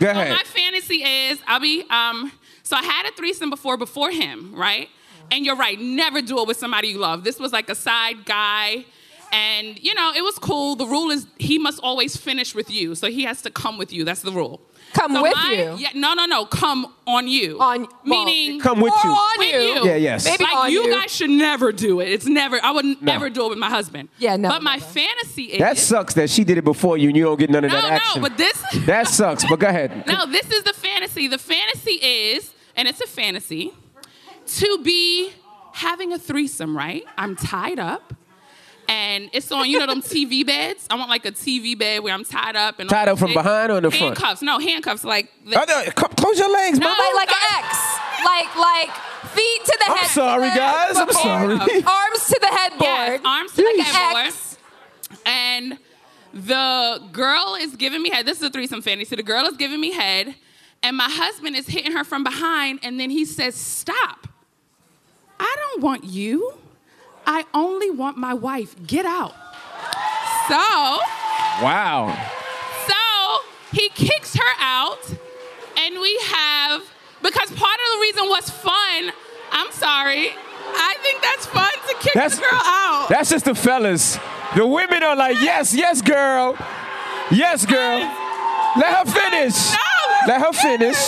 [SPEAKER 2] Go
[SPEAKER 4] So
[SPEAKER 2] ahead.
[SPEAKER 4] my fantasy is I'll be um. So I had a threesome before before him, right? And you're right. Never do it with somebody you love. This was like a side guy, and you know it was cool. The rule is he must always finish with you, so he has to come with you. That's the rule.
[SPEAKER 3] Come
[SPEAKER 4] So
[SPEAKER 3] with
[SPEAKER 4] my-
[SPEAKER 3] you.
[SPEAKER 4] Yeah, no, no, no. Come on you.
[SPEAKER 3] On well,
[SPEAKER 4] meaning
[SPEAKER 2] Come with
[SPEAKER 3] or
[SPEAKER 2] you.
[SPEAKER 3] On
[SPEAKER 4] with
[SPEAKER 3] you.
[SPEAKER 4] you.
[SPEAKER 2] Yeah, yes.
[SPEAKER 3] Maybe
[SPEAKER 4] like
[SPEAKER 3] on
[SPEAKER 4] you,
[SPEAKER 3] you.
[SPEAKER 4] guys should never do it. It's never. I would
[SPEAKER 2] No.
[SPEAKER 4] never do it with my husband.
[SPEAKER 3] Yeah, no,
[SPEAKER 4] But my
[SPEAKER 3] never.
[SPEAKER 4] fantasy is
[SPEAKER 2] That sucks that she did it before you and you don't get none of
[SPEAKER 4] No,
[SPEAKER 2] that action.
[SPEAKER 4] no. But this.
[SPEAKER 2] that sucks. But go ahead.
[SPEAKER 4] No, this is the fantasy. The fantasy is, and it's a fantasy, to be having a threesome, right? I'm tied up. And it's on, you know, them TV beds. I want like a TV bed where I'm tied up and all
[SPEAKER 2] Tied up
[SPEAKER 4] that
[SPEAKER 2] from
[SPEAKER 4] shit.
[SPEAKER 2] behind or in the front?
[SPEAKER 4] Handcuffs. No, handcuffs. Like this.
[SPEAKER 2] Oh, no, come- close your legs,
[SPEAKER 4] No.
[SPEAKER 2] mama.
[SPEAKER 3] like like an X. Like like feet to the
[SPEAKER 2] I'm
[SPEAKER 3] head.
[SPEAKER 2] sorry, guys. I'm sorry.
[SPEAKER 3] Arms to the
[SPEAKER 4] Yes,
[SPEAKER 3] headboard.
[SPEAKER 4] arms to the
[SPEAKER 3] Yeesh.
[SPEAKER 4] headboard.
[SPEAKER 3] X.
[SPEAKER 4] and the girl is giving me head. This is a threesome fantasy. The girl is giving me head, and my husband is hitting her from behind, and then he says, "Stop! I don't want you. I only want my wife. Get out." So,
[SPEAKER 2] Wow.
[SPEAKER 4] so he kicks her out, and we have because part of the reason was fun. I'm sorry. I think that's fun to kick
[SPEAKER 2] That's
[SPEAKER 4] the girl out.
[SPEAKER 2] That's just the fellas. The women are like, yes, yes, girl, yes, girl. Let her finish.
[SPEAKER 4] No.
[SPEAKER 2] Let her finish.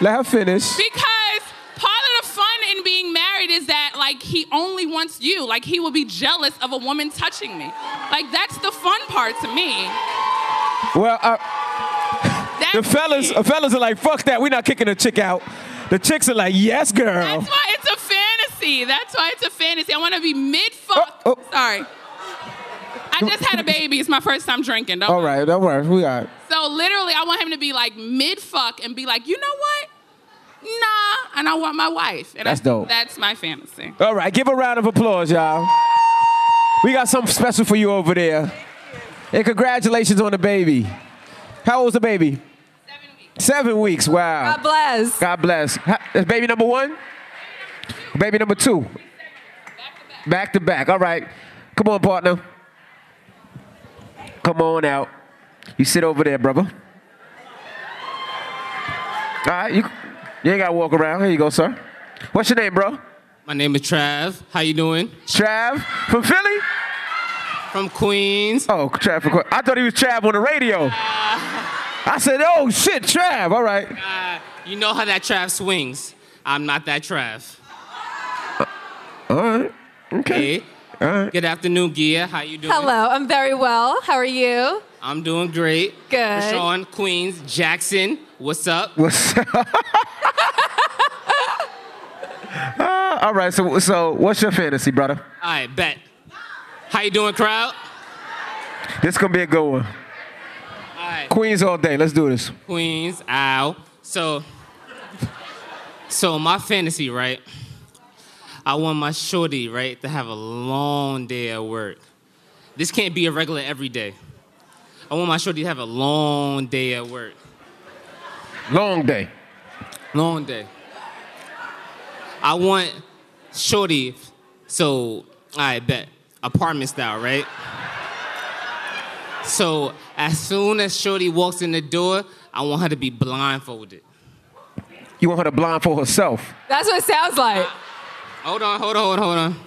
[SPEAKER 2] Let her finish.
[SPEAKER 4] Because part of the fun in being married is that like he only wants you. Like he will be jealous of a woman touching me. Like that's the fun part to me.
[SPEAKER 2] Well, uh,
[SPEAKER 4] That's
[SPEAKER 2] the fellas, the fellas are like, fuck that. We're not kicking a chick out. The chicks are like, yes, girl.
[SPEAKER 4] That's why it's a fantasy. That's why it's a fantasy. I want to be mid fuck.
[SPEAKER 2] Oh, oh.
[SPEAKER 4] Sorry. I just had a baby. It's my first time drinking. Don't
[SPEAKER 2] All right, don't worry. We all right.
[SPEAKER 4] So literally, I want him to be like mid fuck and be like, you know what? Nah, and I want my wife. And I
[SPEAKER 2] That's
[SPEAKER 4] think
[SPEAKER 2] dope.
[SPEAKER 4] That's my fantasy.
[SPEAKER 2] All right, give a round of applause, y'all. We got something special for you over there. And congratulations on the baby. How old's the baby?
[SPEAKER 4] Seven weeks.
[SPEAKER 2] Seven weeks. Wow.
[SPEAKER 3] God bless.
[SPEAKER 2] God bless. Ha- That's baby number one? Baby number two. Back to back. All right. Come on, partner. Come on out. You sit over there, brother. All right. You, you ain't got to walk around. Here you go, sir. What's your name, bro?
[SPEAKER 8] My name is Trav. How you doing?
[SPEAKER 2] Trav from Philly?
[SPEAKER 8] From Queens.
[SPEAKER 2] Oh, Trav from Queens. I thought he was Trav on the radio. I said, oh, shit, Trav. All right.
[SPEAKER 8] Uh, you know how that Trav swings. I'm not that Trav.
[SPEAKER 2] Uh, All right. Okay.
[SPEAKER 8] Hey. Good afternoon, Gia. How you doing?
[SPEAKER 3] Hello, I'm very well. How are you?
[SPEAKER 8] I'm doing great.
[SPEAKER 3] Good.
[SPEAKER 8] Rashawn, Queens, Jackson. What's up?
[SPEAKER 2] What's Ah, all right, so so what's your fantasy, brother?
[SPEAKER 8] All right, bet. How you doing, crowd?
[SPEAKER 2] This gonna be a good one.
[SPEAKER 8] All right,
[SPEAKER 2] Queens all day. Let's do this.
[SPEAKER 8] Queens. Ow. So, so my fantasy, right? I want my shorty, right, to have a long day at work. This can't be a regular every day. I want my shorty to have a long day at work.
[SPEAKER 2] Long day.
[SPEAKER 8] Long day. I want shorty. So I bet apartment style, right? So as soon as shorty walks in the door, I want her to be blindfolded.
[SPEAKER 2] You want her to blindfold herself.
[SPEAKER 3] That's what it sounds like.
[SPEAKER 8] Hold on, hold on, hold on, hold on.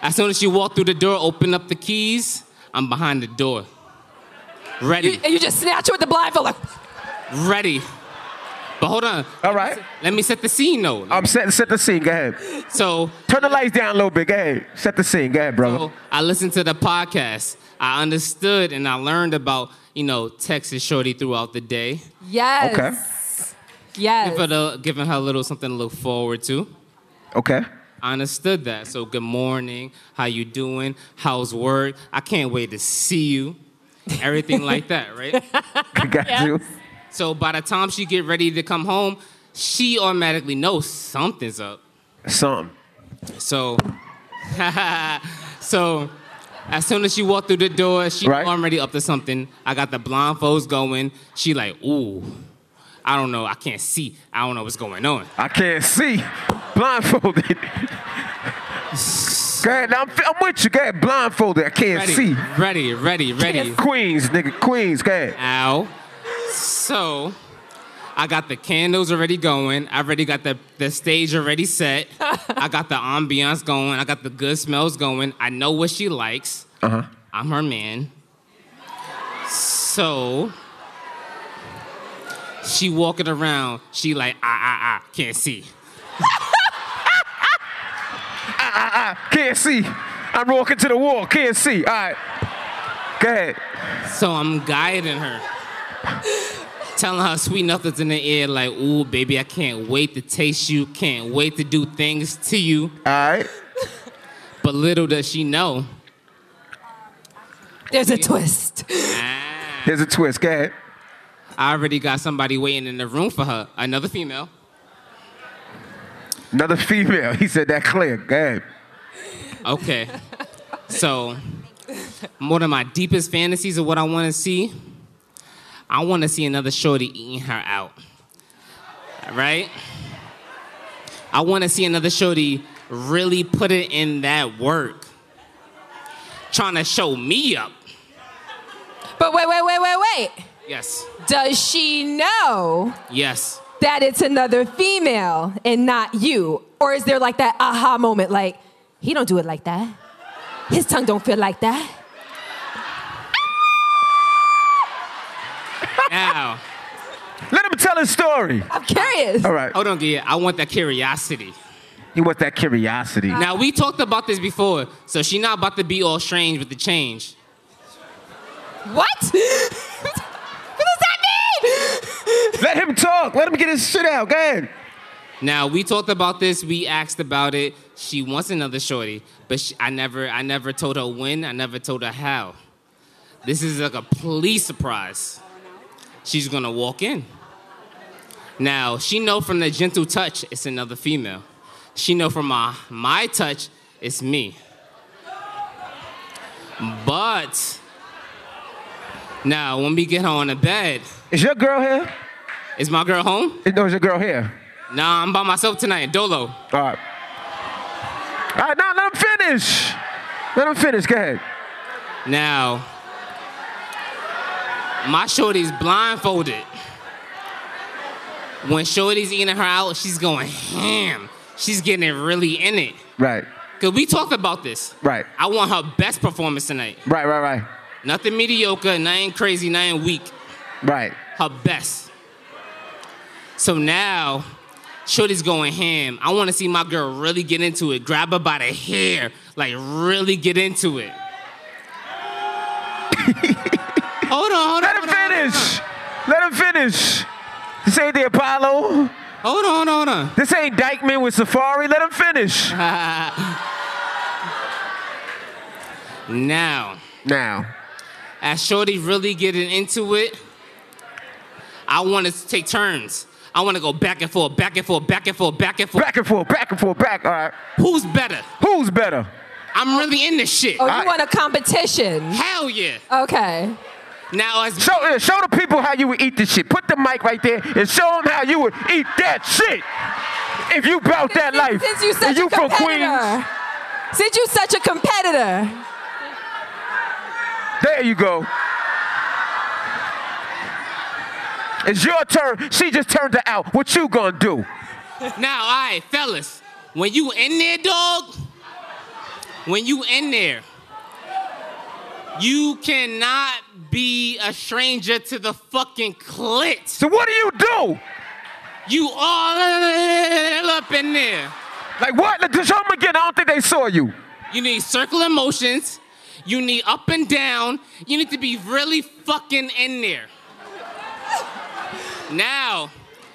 [SPEAKER 8] As soon as she walked through the door, open up the keys. I'm behind the door,
[SPEAKER 3] You,
[SPEAKER 8] ready,
[SPEAKER 3] and you just snatch it with the blindfold. Like,
[SPEAKER 8] ready. But hold on.
[SPEAKER 2] All right.
[SPEAKER 8] Let me set the scene though.
[SPEAKER 3] Uh,
[SPEAKER 2] I'm set set the scene. Go ahead.
[SPEAKER 8] So
[SPEAKER 2] Turn the lights down a little bit. Go ahead. Set the scene. Go ahead, brother.
[SPEAKER 8] So I listened to the podcast. I understood and I learned about, you know, Texas Shorty throughout the day.
[SPEAKER 3] yes.
[SPEAKER 2] Okay.
[SPEAKER 3] Yes.
[SPEAKER 8] But uh, giving her a little something to look forward to.
[SPEAKER 2] Okay.
[SPEAKER 8] I understood that. So good morning, how you doing? How's work? I can't wait to see you. Everything like that, right?
[SPEAKER 2] I got you.
[SPEAKER 8] So by the time she get ready to come home, she automatically knows something's up.
[SPEAKER 2] Something.
[SPEAKER 8] So, so as soon as she walked through the door, she
[SPEAKER 2] Right.
[SPEAKER 8] already up to something. I got the blindfolds going. She like, ooh, I don't know. I can't see. I don't know what's going on.
[SPEAKER 2] I can't see. Blindfolded. Go ahead. Now I'm, I'm with you. Go ahead. Blindfolded. I can't
[SPEAKER 8] Ready,
[SPEAKER 2] see.
[SPEAKER 8] ready, ready, ready.
[SPEAKER 2] Queens, nigga. Queens. Go ahead.
[SPEAKER 8] Ow. So I got the candles already going. I already got the, the stage already set. I got the ambiance going. I got the good smells going. I know what she likes.
[SPEAKER 2] Uh huh.
[SPEAKER 8] I'm her man. So she walking around, she like ah ah ah, can't see.
[SPEAKER 2] Can't see. I'm walking to the wall. Can't see. All right. Go ahead.
[SPEAKER 8] So I'm guiding her. Telling her sweet nothings in the ear, like, ooh, baby, I can't wait to taste you, can't wait to do things to you.
[SPEAKER 2] All right.
[SPEAKER 8] But little does she know.
[SPEAKER 3] There's a twist.
[SPEAKER 2] There's a twist. Go ahead.
[SPEAKER 8] I already got somebody waiting in the room for her, another female.
[SPEAKER 2] Another female. He said that clear. Go ahead.
[SPEAKER 8] Okay. So, one of my deepest fantasies of what I want to see, I want to see another shorty eating her out. Right? I want to see another shorty really put it in that work, trying to show me up.
[SPEAKER 3] But wait, wait, wait, wait, wait.
[SPEAKER 8] Yes.
[SPEAKER 3] Does she know
[SPEAKER 8] Yes.
[SPEAKER 3] that it's another female and not you? Or is there like that aha moment like, he don't do it like that? His tongue don't feel like that.
[SPEAKER 8] Now,
[SPEAKER 2] Let him tell his story.
[SPEAKER 3] I'm curious.
[SPEAKER 2] All right.
[SPEAKER 8] hold on, Gia. I want that curiosity.
[SPEAKER 2] He wants that curiosity.
[SPEAKER 8] Now we talked about this before, so she not about to be all strange with the change.
[SPEAKER 3] What? what does that mean?
[SPEAKER 2] Let him talk. Let him get his shit out. Go ahead.
[SPEAKER 8] Now we talked about this. We asked about it. She wants another shorty, but she, I never, I never told her when. I never told her how. This is like a complete surprise. She's gonna walk in. Now she know from the gentle touch, it's another female. She know from my my touch, it's me. But now when we get her on the bed,
[SPEAKER 2] Is your girl here?
[SPEAKER 8] is my girl home?
[SPEAKER 2] No, is your girl here?
[SPEAKER 8] Nah, I'm by myself tonight, Dolo.
[SPEAKER 2] All right. All right, now let him finish. Let him finish. Go ahead.
[SPEAKER 8] Now, my shorty's blindfolded. When shorty's eating her out, she's going ham. She's getting it really in it.
[SPEAKER 2] Right.
[SPEAKER 8] Cause we talked about this.
[SPEAKER 2] Right.
[SPEAKER 8] I want her best performance tonight.
[SPEAKER 2] Right, right, right.
[SPEAKER 8] Nothing mediocre, nothing crazy, nothing weak.
[SPEAKER 2] Right.
[SPEAKER 8] Her best. So now, shorty's going ham. I want to see my girl really get into it. Grab her by the hair, like really get into it. hold on, hold on.
[SPEAKER 2] Let him
[SPEAKER 8] hold on, hold on,
[SPEAKER 2] finish. Let him finish. This ain't the Apollo.
[SPEAKER 8] Hold on, hold on.
[SPEAKER 2] This ain't Dykeman with Safari. Let him finish.
[SPEAKER 8] Now,
[SPEAKER 2] Now.
[SPEAKER 8] as Shorty really getting into it, I want to take turns. I want to go back and forth, back and forth, back and forth, back and forth.
[SPEAKER 2] Back and forth, back and forth, back. All right.
[SPEAKER 8] Who's better?
[SPEAKER 2] Who's better?
[SPEAKER 8] I'm really in this shit.
[SPEAKER 3] Oh, you want a competition?
[SPEAKER 8] Hell yeah.
[SPEAKER 3] Okay.
[SPEAKER 8] Now, as
[SPEAKER 2] Show, uh, show the people how you would eat this shit. Put the mic right there and show them how you would eat that shit. If you bout that
[SPEAKER 3] Since-
[SPEAKER 2] life,
[SPEAKER 3] Since you
[SPEAKER 2] and
[SPEAKER 3] such
[SPEAKER 2] you
[SPEAKER 3] a
[SPEAKER 2] from
[SPEAKER 3] competitor.
[SPEAKER 2] Queens,
[SPEAKER 3] Since you such a competitor.
[SPEAKER 2] there you go. It's your turn. She just turned her out. What you gonna do?
[SPEAKER 8] Now, all right, fellas, when you in there, dog, when you in there, you cannot be a stranger to the fucking clit.
[SPEAKER 2] So what do you do?
[SPEAKER 8] You all up in there.
[SPEAKER 2] Like what? Like, Just show them again. I don't think they saw you.
[SPEAKER 8] You need circular motions. You need up and down. You need to be really fucking in there. Now,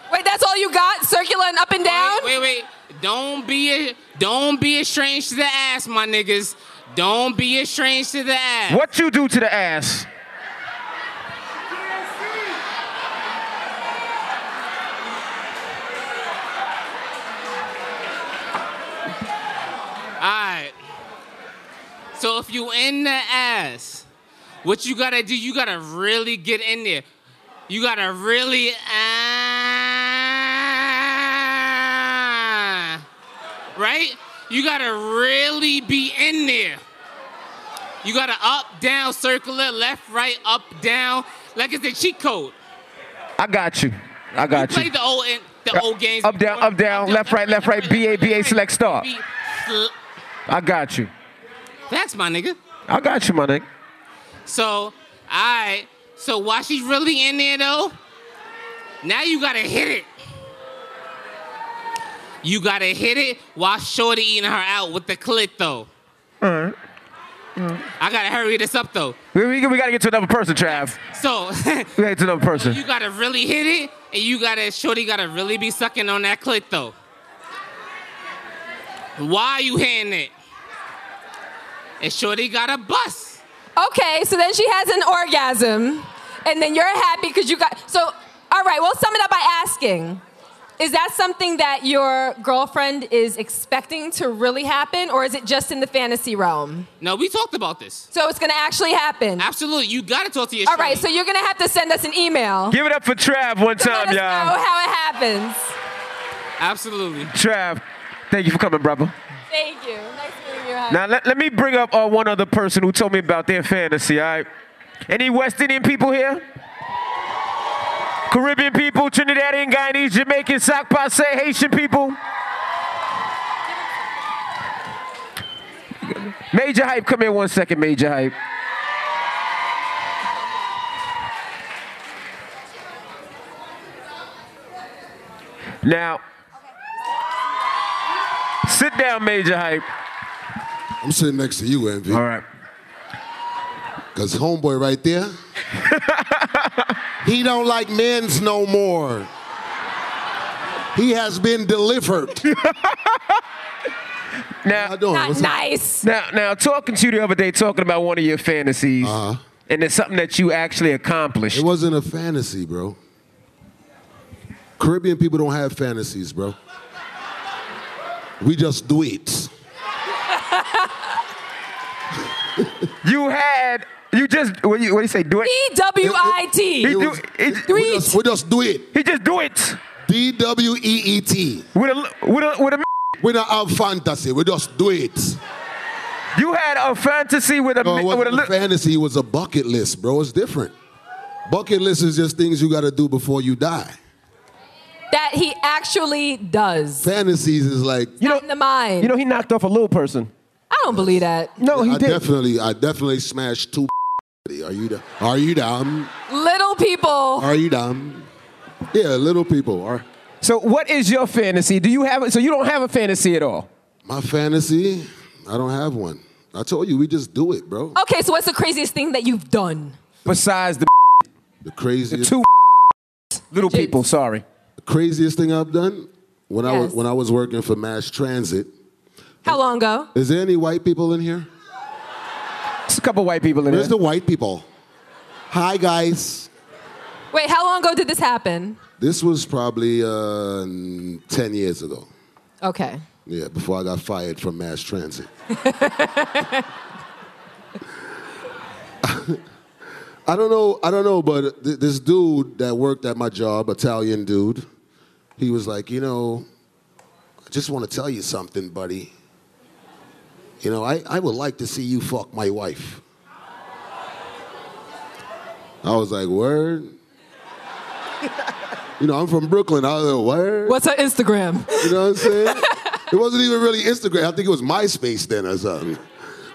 [SPEAKER 3] Wait, that's all you got? Circular and up and down?
[SPEAKER 8] Wait, wait, wait. Don't be a, don't be a strange to the ass, my niggas. Don't be a strange to the ass.
[SPEAKER 2] What you do to the ass?
[SPEAKER 8] All right. So if you in the ass, what you gotta do? You gotta really get in there. You gotta really ah, right? You gotta really be in there. You gotta up, down, circular, left, right, up, down, like it's a cheat code.
[SPEAKER 2] I got you. I got
[SPEAKER 8] Play
[SPEAKER 2] you.
[SPEAKER 8] the old the old games.
[SPEAKER 2] Up, down, up, down, left, right, left, right, BA, BA, select, star. I got you.
[SPEAKER 8] That's my nigga.
[SPEAKER 2] I got you, my nigga.
[SPEAKER 8] So, I so while she's really in there though, now you gotta hit it. You gotta hit it while Shorty eating her out with the clit though. I gotta hurry this up though.
[SPEAKER 2] We, we, we gotta get to another person, Trav.
[SPEAKER 8] So
[SPEAKER 2] We gotta get to another person.
[SPEAKER 8] you gotta really hit it, and you gotta Shorty gotta really be sucking on that clit though. Why are you hitting it? And Shorty got a bust.
[SPEAKER 3] Okay, so then she has an orgasm, and then you're happy because you got. So, all right, we'll sum it up by asking Is that something that your girlfriend is expecting to really happen, or is it just in the fantasy realm?
[SPEAKER 8] No, we talked about this.
[SPEAKER 3] So it's gonna actually happen.
[SPEAKER 8] Absolutely, you gotta talk to your.
[SPEAKER 3] All right,
[SPEAKER 8] shorty.
[SPEAKER 3] so you're gonna have to send us an email.
[SPEAKER 2] Give it up for Trav one
[SPEAKER 3] to let
[SPEAKER 2] time,
[SPEAKER 3] us know
[SPEAKER 2] y'all.
[SPEAKER 3] how it happens.
[SPEAKER 8] Absolutely.
[SPEAKER 2] Trav, thank you for coming, brother.
[SPEAKER 3] Thank you. Nice meeting you. honey.
[SPEAKER 2] Now, let, let me bring up uh, one other person who told me about their fantasy, all right? Any West Indian people here? Caribbean people, Trinidadian, Guyanese, Jamaican, Sac Passe, Haitian people? Major Hype, come here one second, Major Hype. Now, sit down, Major Hype.
[SPEAKER 9] I'm sitting next to you, MV,
[SPEAKER 2] All right.
[SPEAKER 9] because homeboy right there, he don't like men's no more. He has been delivered.
[SPEAKER 2] Now,
[SPEAKER 9] How doing?
[SPEAKER 3] Not
[SPEAKER 9] What's up?
[SPEAKER 3] nice.
[SPEAKER 2] Now, now, talking to you the other day, talking about one of your fantasies,
[SPEAKER 9] Uh-huh.
[SPEAKER 2] and it's something that you actually accomplished.
[SPEAKER 9] It wasn't a fantasy, bro. Caribbean people don't have fantasies, bro. We just do it.
[SPEAKER 2] you had, you just, what do you, what do you say? Do
[SPEAKER 3] D
[SPEAKER 2] it.
[SPEAKER 3] W I
[SPEAKER 2] He,
[SPEAKER 3] T.
[SPEAKER 2] do,
[SPEAKER 9] was-
[SPEAKER 2] he,
[SPEAKER 9] We
[SPEAKER 3] Three.
[SPEAKER 9] just, we just do it.
[SPEAKER 2] he just do it
[SPEAKER 9] D W E E T.
[SPEAKER 2] with a, with a, with a.
[SPEAKER 9] We don't have fantasy. We just do it.
[SPEAKER 2] You had a fantasy with a
[SPEAKER 9] No,
[SPEAKER 2] mi-
[SPEAKER 9] it
[SPEAKER 2] with a
[SPEAKER 9] wasn't a
[SPEAKER 2] li-
[SPEAKER 9] fantasy. It was a bucket list, bro. It's different. Bucket list is just things you got to do before you die.
[SPEAKER 3] That he actually does.
[SPEAKER 9] Fantasies is like
[SPEAKER 2] you know
[SPEAKER 3] in the mind.
[SPEAKER 2] You know he knocked off a little person.
[SPEAKER 3] I don't believe that.
[SPEAKER 2] No, he
[SPEAKER 9] I
[SPEAKER 2] did.
[SPEAKER 9] definitely, I definitely smashed two. Are you da- are you dumb?
[SPEAKER 3] Little
[SPEAKER 2] Um,
[SPEAKER 3] people.
[SPEAKER 9] Are you dumb? Yeah, little people are.
[SPEAKER 2] so what is your fantasy? Do you have so you don't have a fantasy at all?
[SPEAKER 9] My fantasy, I don't have one. I told you, we just do it, bro.
[SPEAKER 3] Okay, so what's the craziest thing that you've done?
[SPEAKER 2] Besides the
[SPEAKER 9] The craziest,
[SPEAKER 2] two little people, sorry.
[SPEAKER 9] the craziest thing I've done when I was
[SPEAKER 3] Yes.
[SPEAKER 9] when I was working for mass transit.
[SPEAKER 3] How long ago?
[SPEAKER 9] Is there any white people in here?
[SPEAKER 2] It's a couple white people in
[SPEAKER 9] Where's the
[SPEAKER 2] there.
[SPEAKER 9] white people? Hi guys.
[SPEAKER 3] Wait, how long ago did this happen?
[SPEAKER 9] This was probably uh, ten years ago.
[SPEAKER 3] Okay.
[SPEAKER 9] Yeah, before I got fired from mass transit. I don't know. I don't know, but th- this dude that worked at my job, Italian dude, he was like, you know, I just want to tell you something, buddy. You know, I, I would like to see you fuck my wife. I was like, word. you know, I'm from Brooklyn. I was like, word.
[SPEAKER 3] What's her Instagram?
[SPEAKER 9] You know what I'm saying? it wasn't even really Instagram. I think it was MySpace then or something.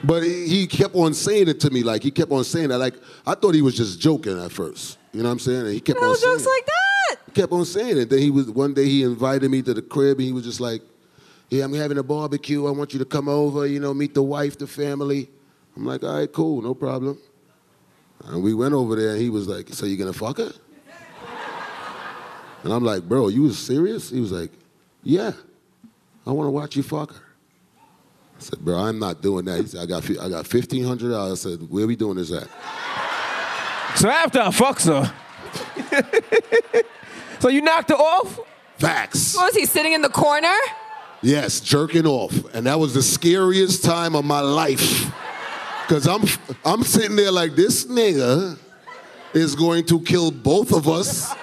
[SPEAKER 9] But he he kept on saying it to me, like he kept on saying that. Like I thought he was just joking at first. You know what I'm saying? And he kept
[SPEAKER 3] No
[SPEAKER 9] on saying
[SPEAKER 3] jokes
[SPEAKER 9] it.
[SPEAKER 3] like that.
[SPEAKER 9] He kept on saying it. Then he was one day he invited me to the crib and he was just like, "Yeah, I'm having a barbecue. I want you to come over. You know, meet the wife, the family." I'm like, "All right, cool, no problem." And we went over there and he was like, "So you gonna fuck her?" And I'm like, "Bro, you was serious?" He was like, "Yeah, I want to watch you fuck her." I said, "Bro, I'm not doing that." He said, "I got fi- I got fifteen hundred dollars." I said, "Where we doing this at?"
[SPEAKER 2] So after I fucks her. so you knocked her off?
[SPEAKER 9] Facts.
[SPEAKER 3] What was he sitting in the corner?
[SPEAKER 9] Yes, jerking off. And that was the scariest time of my life. Cause I'm I'm sitting there like this nigga is going to kill both of us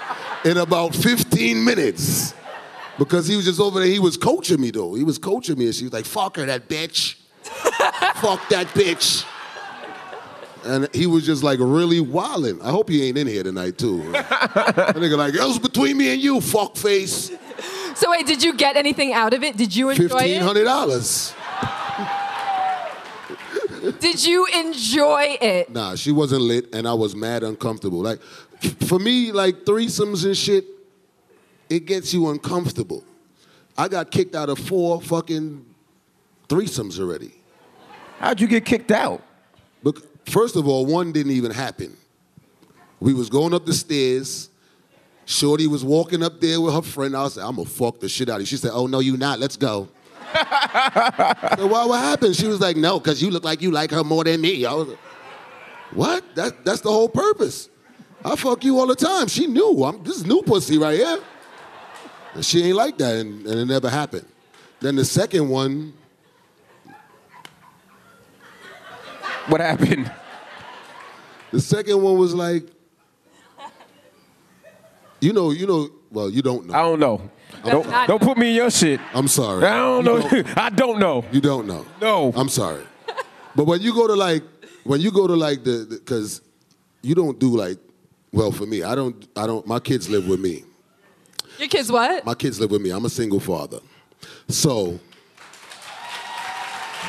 [SPEAKER 9] in about 15 minutes. Because he was just over there, he was coaching me though. He was coaching me and she was like, fuck her, that bitch. fuck that bitch. And he was just like really wildin'. I hope he ain't in here tonight too. that nigga like, it was between me and you, fuck face.
[SPEAKER 3] So wait, did you get anything out of it? Did you enjoy it?
[SPEAKER 9] Fifteen hundred dollars.
[SPEAKER 3] Did you enjoy it?
[SPEAKER 9] Nah, she wasn't lit, and I was mad uncomfortable. Like, for me, like threesomes and shit, it gets you uncomfortable. I got kicked out of four fucking threesomes already.
[SPEAKER 2] How'd you get kicked out?
[SPEAKER 9] Look, first of all, one didn't even happen. We was going up the stairs. Shorty was walking up there with her friend. I said, I'm gonna fuck the shit out of you. She said, Oh no, you not. Let's go. I said, Why? What happened? She was like, No, because you look like you like her more than me. I was like, What? That, that's the whole purpose. I fuck you all the time. She knew. I'm this is new pussy right here. And she ain't like that, and, and it never happened. Then the second one,
[SPEAKER 2] What happened?
[SPEAKER 9] The second one was like, you know, you know, well, you don't
[SPEAKER 2] I
[SPEAKER 9] know.
[SPEAKER 2] don't know. Don't,
[SPEAKER 3] not-
[SPEAKER 2] don't put me in your shit.
[SPEAKER 9] I'm sorry.
[SPEAKER 2] I don't
[SPEAKER 9] You
[SPEAKER 2] know. I don't know.
[SPEAKER 9] you don't know.
[SPEAKER 2] No.
[SPEAKER 9] I'm sorry. But when you go to like, when you go to like the, because you don't do like, well, for me, I don't, I don't, my kids live with me.
[SPEAKER 3] Your kids what?
[SPEAKER 9] My kids live with me. I'm a single father. So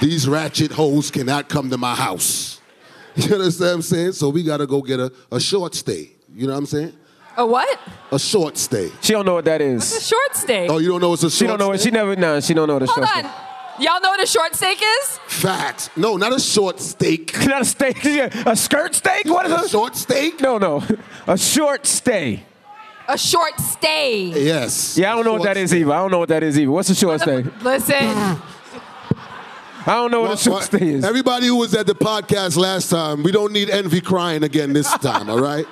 [SPEAKER 9] these ratchet hoes cannot come to my house. You understand what I'm saying? So we gotta go get a, a short stay. You know what I'm saying?
[SPEAKER 3] A what?
[SPEAKER 9] A short stay.
[SPEAKER 2] She don't know what that
[SPEAKER 3] A
[SPEAKER 2] is.
[SPEAKER 3] short steak.
[SPEAKER 9] Oh, you don't know it's a short
[SPEAKER 2] She don't know it.
[SPEAKER 9] stay?
[SPEAKER 2] She never nah, she don't know the
[SPEAKER 3] Hold
[SPEAKER 2] show.
[SPEAKER 3] on. Y'all know what a short steak is?
[SPEAKER 9] Facts. No, not a short steak.
[SPEAKER 2] Not a steak. A skirt steak? What is
[SPEAKER 9] A
[SPEAKER 2] a
[SPEAKER 9] short steak?
[SPEAKER 2] No, no. A short stay.
[SPEAKER 3] A short stay.
[SPEAKER 9] Yes.
[SPEAKER 2] Yeah, I don't know what
[SPEAKER 9] Short
[SPEAKER 2] that is either. I don't know what that is either. What's a short stay?
[SPEAKER 3] Listen,
[SPEAKER 2] I don't know what a
[SPEAKER 9] Well,
[SPEAKER 2] short
[SPEAKER 9] well,
[SPEAKER 2] stay is.
[SPEAKER 9] Everybody who was at the podcast last time, we don't need Envy crying again this time, all right?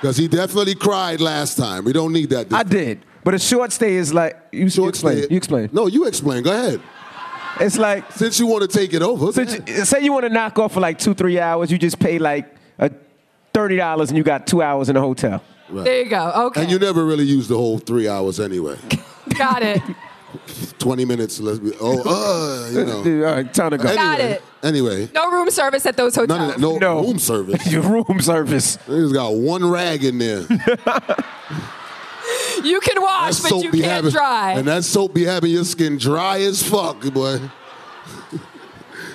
[SPEAKER 9] Because he definitely cried last time. We don't need that. This
[SPEAKER 2] I did. But a short stay is like you, you
[SPEAKER 9] Short
[SPEAKER 2] explain.
[SPEAKER 9] stay-
[SPEAKER 2] You explain.
[SPEAKER 9] No, you explain. Go ahead.
[SPEAKER 2] It's like
[SPEAKER 9] Since you want to take it over.
[SPEAKER 2] so j- say you want to knock off for like two, three hours, you just pay like a thirty dollars and you got two hours in a hotel.
[SPEAKER 3] there you go. Okay.
[SPEAKER 9] and you never really use the whole three hours anyway.
[SPEAKER 3] Got it.
[SPEAKER 9] 20 minutes. Let's be, oh, uh, you know.
[SPEAKER 2] All right, time to go.
[SPEAKER 3] Got
[SPEAKER 9] Anyway,
[SPEAKER 3] it.
[SPEAKER 9] anyway,
[SPEAKER 3] No room service at those
[SPEAKER 9] none of
[SPEAKER 3] hotels.
[SPEAKER 9] that, no,
[SPEAKER 2] No.
[SPEAKER 9] room service.
[SPEAKER 2] Your room service.
[SPEAKER 9] They just got one rag in there.
[SPEAKER 3] You can wash, but you can't
[SPEAKER 9] having,
[SPEAKER 3] dry.
[SPEAKER 9] And that soap be having your skin dry as fuck, boy.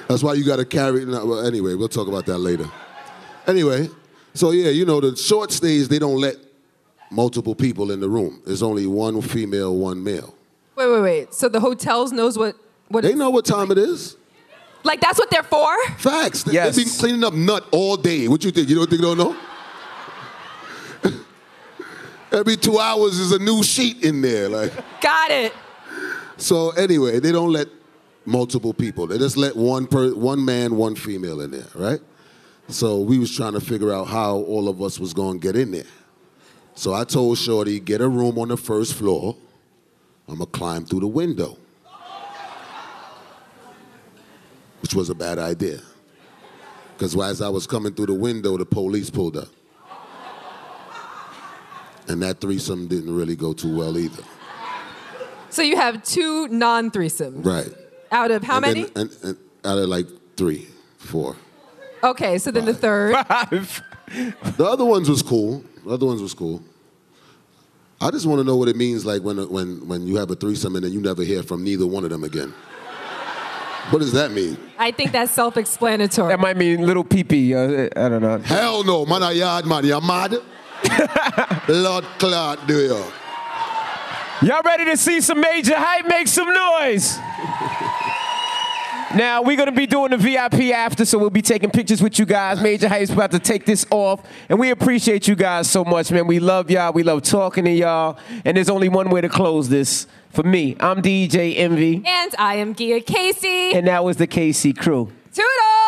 [SPEAKER 9] That's why you gotta carry. No, well, anyway, we'll talk about that later. Anyway, so yeah, you know the short stays they don't let multiple people in the room. There's only one female, one male.
[SPEAKER 3] wait, wait, wait. So the hotels knows what what
[SPEAKER 9] They
[SPEAKER 3] it's-
[SPEAKER 9] know what time it is.
[SPEAKER 3] like that's what they're for.
[SPEAKER 9] Facts. They,
[SPEAKER 2] Yes.
[SPEAKER 9] they been cleaning up nut all day. What you think? You don't think they don't know? Every two hours is a new sheet in there, like.
[SPEAKER 3] Got it.
[SPEAKER 9] So anyway, they don't let multiple people. They just let one per, one man, one female in there, right? So we was trying to figure out how all of us was gonna get in there. So I told Shorty, get a room on the first floor. I'ma climb through the window. Which was a bad idea. Because as I was coming through the window, the police pulled up. And that threesome didn't really go too well either.
[SPEAKER 3] So you have two non threesomes
[SPEAKER 9] Right.
[SPEAKER 3] out of how
[SPEAKER 9] And then-
[SPEAKER 3] many?
[SPEAKER 9] and, and out of like three, four.
[SPEAKER 3] okay, so then the third.
[SPEAKER 9] The other ones was cool. The other ones was cool. I just want to know what it means like when, when, when you have a threesome and then you never hear from neither one of them again. What does that mean?
[SPEAKER 3] I think that's self-explanatory.
[SPEAKER 2] That might mean little peepee. Uh, I don't know.
[SPEAKER 9] Hell no, man, I yard, man, you mad? Lord Clark, do you?
[SPEAKER 2] Y'all ready to see some major hype? Make some noise. Now we're gonna be doing the VIP after, so we'll be taking pictures with you guys. Major Hype's about to take this off, and we appreciate you guys so much, man. We love y'all. We love talking to y'all, and there's only one way to close this. For me, I'm DJ Envy,
[SPEAKER 3] and I am Gia Casey.
[SPEAKER 2] and that was the KC Crew.
[SPEAKER 3] Toodles.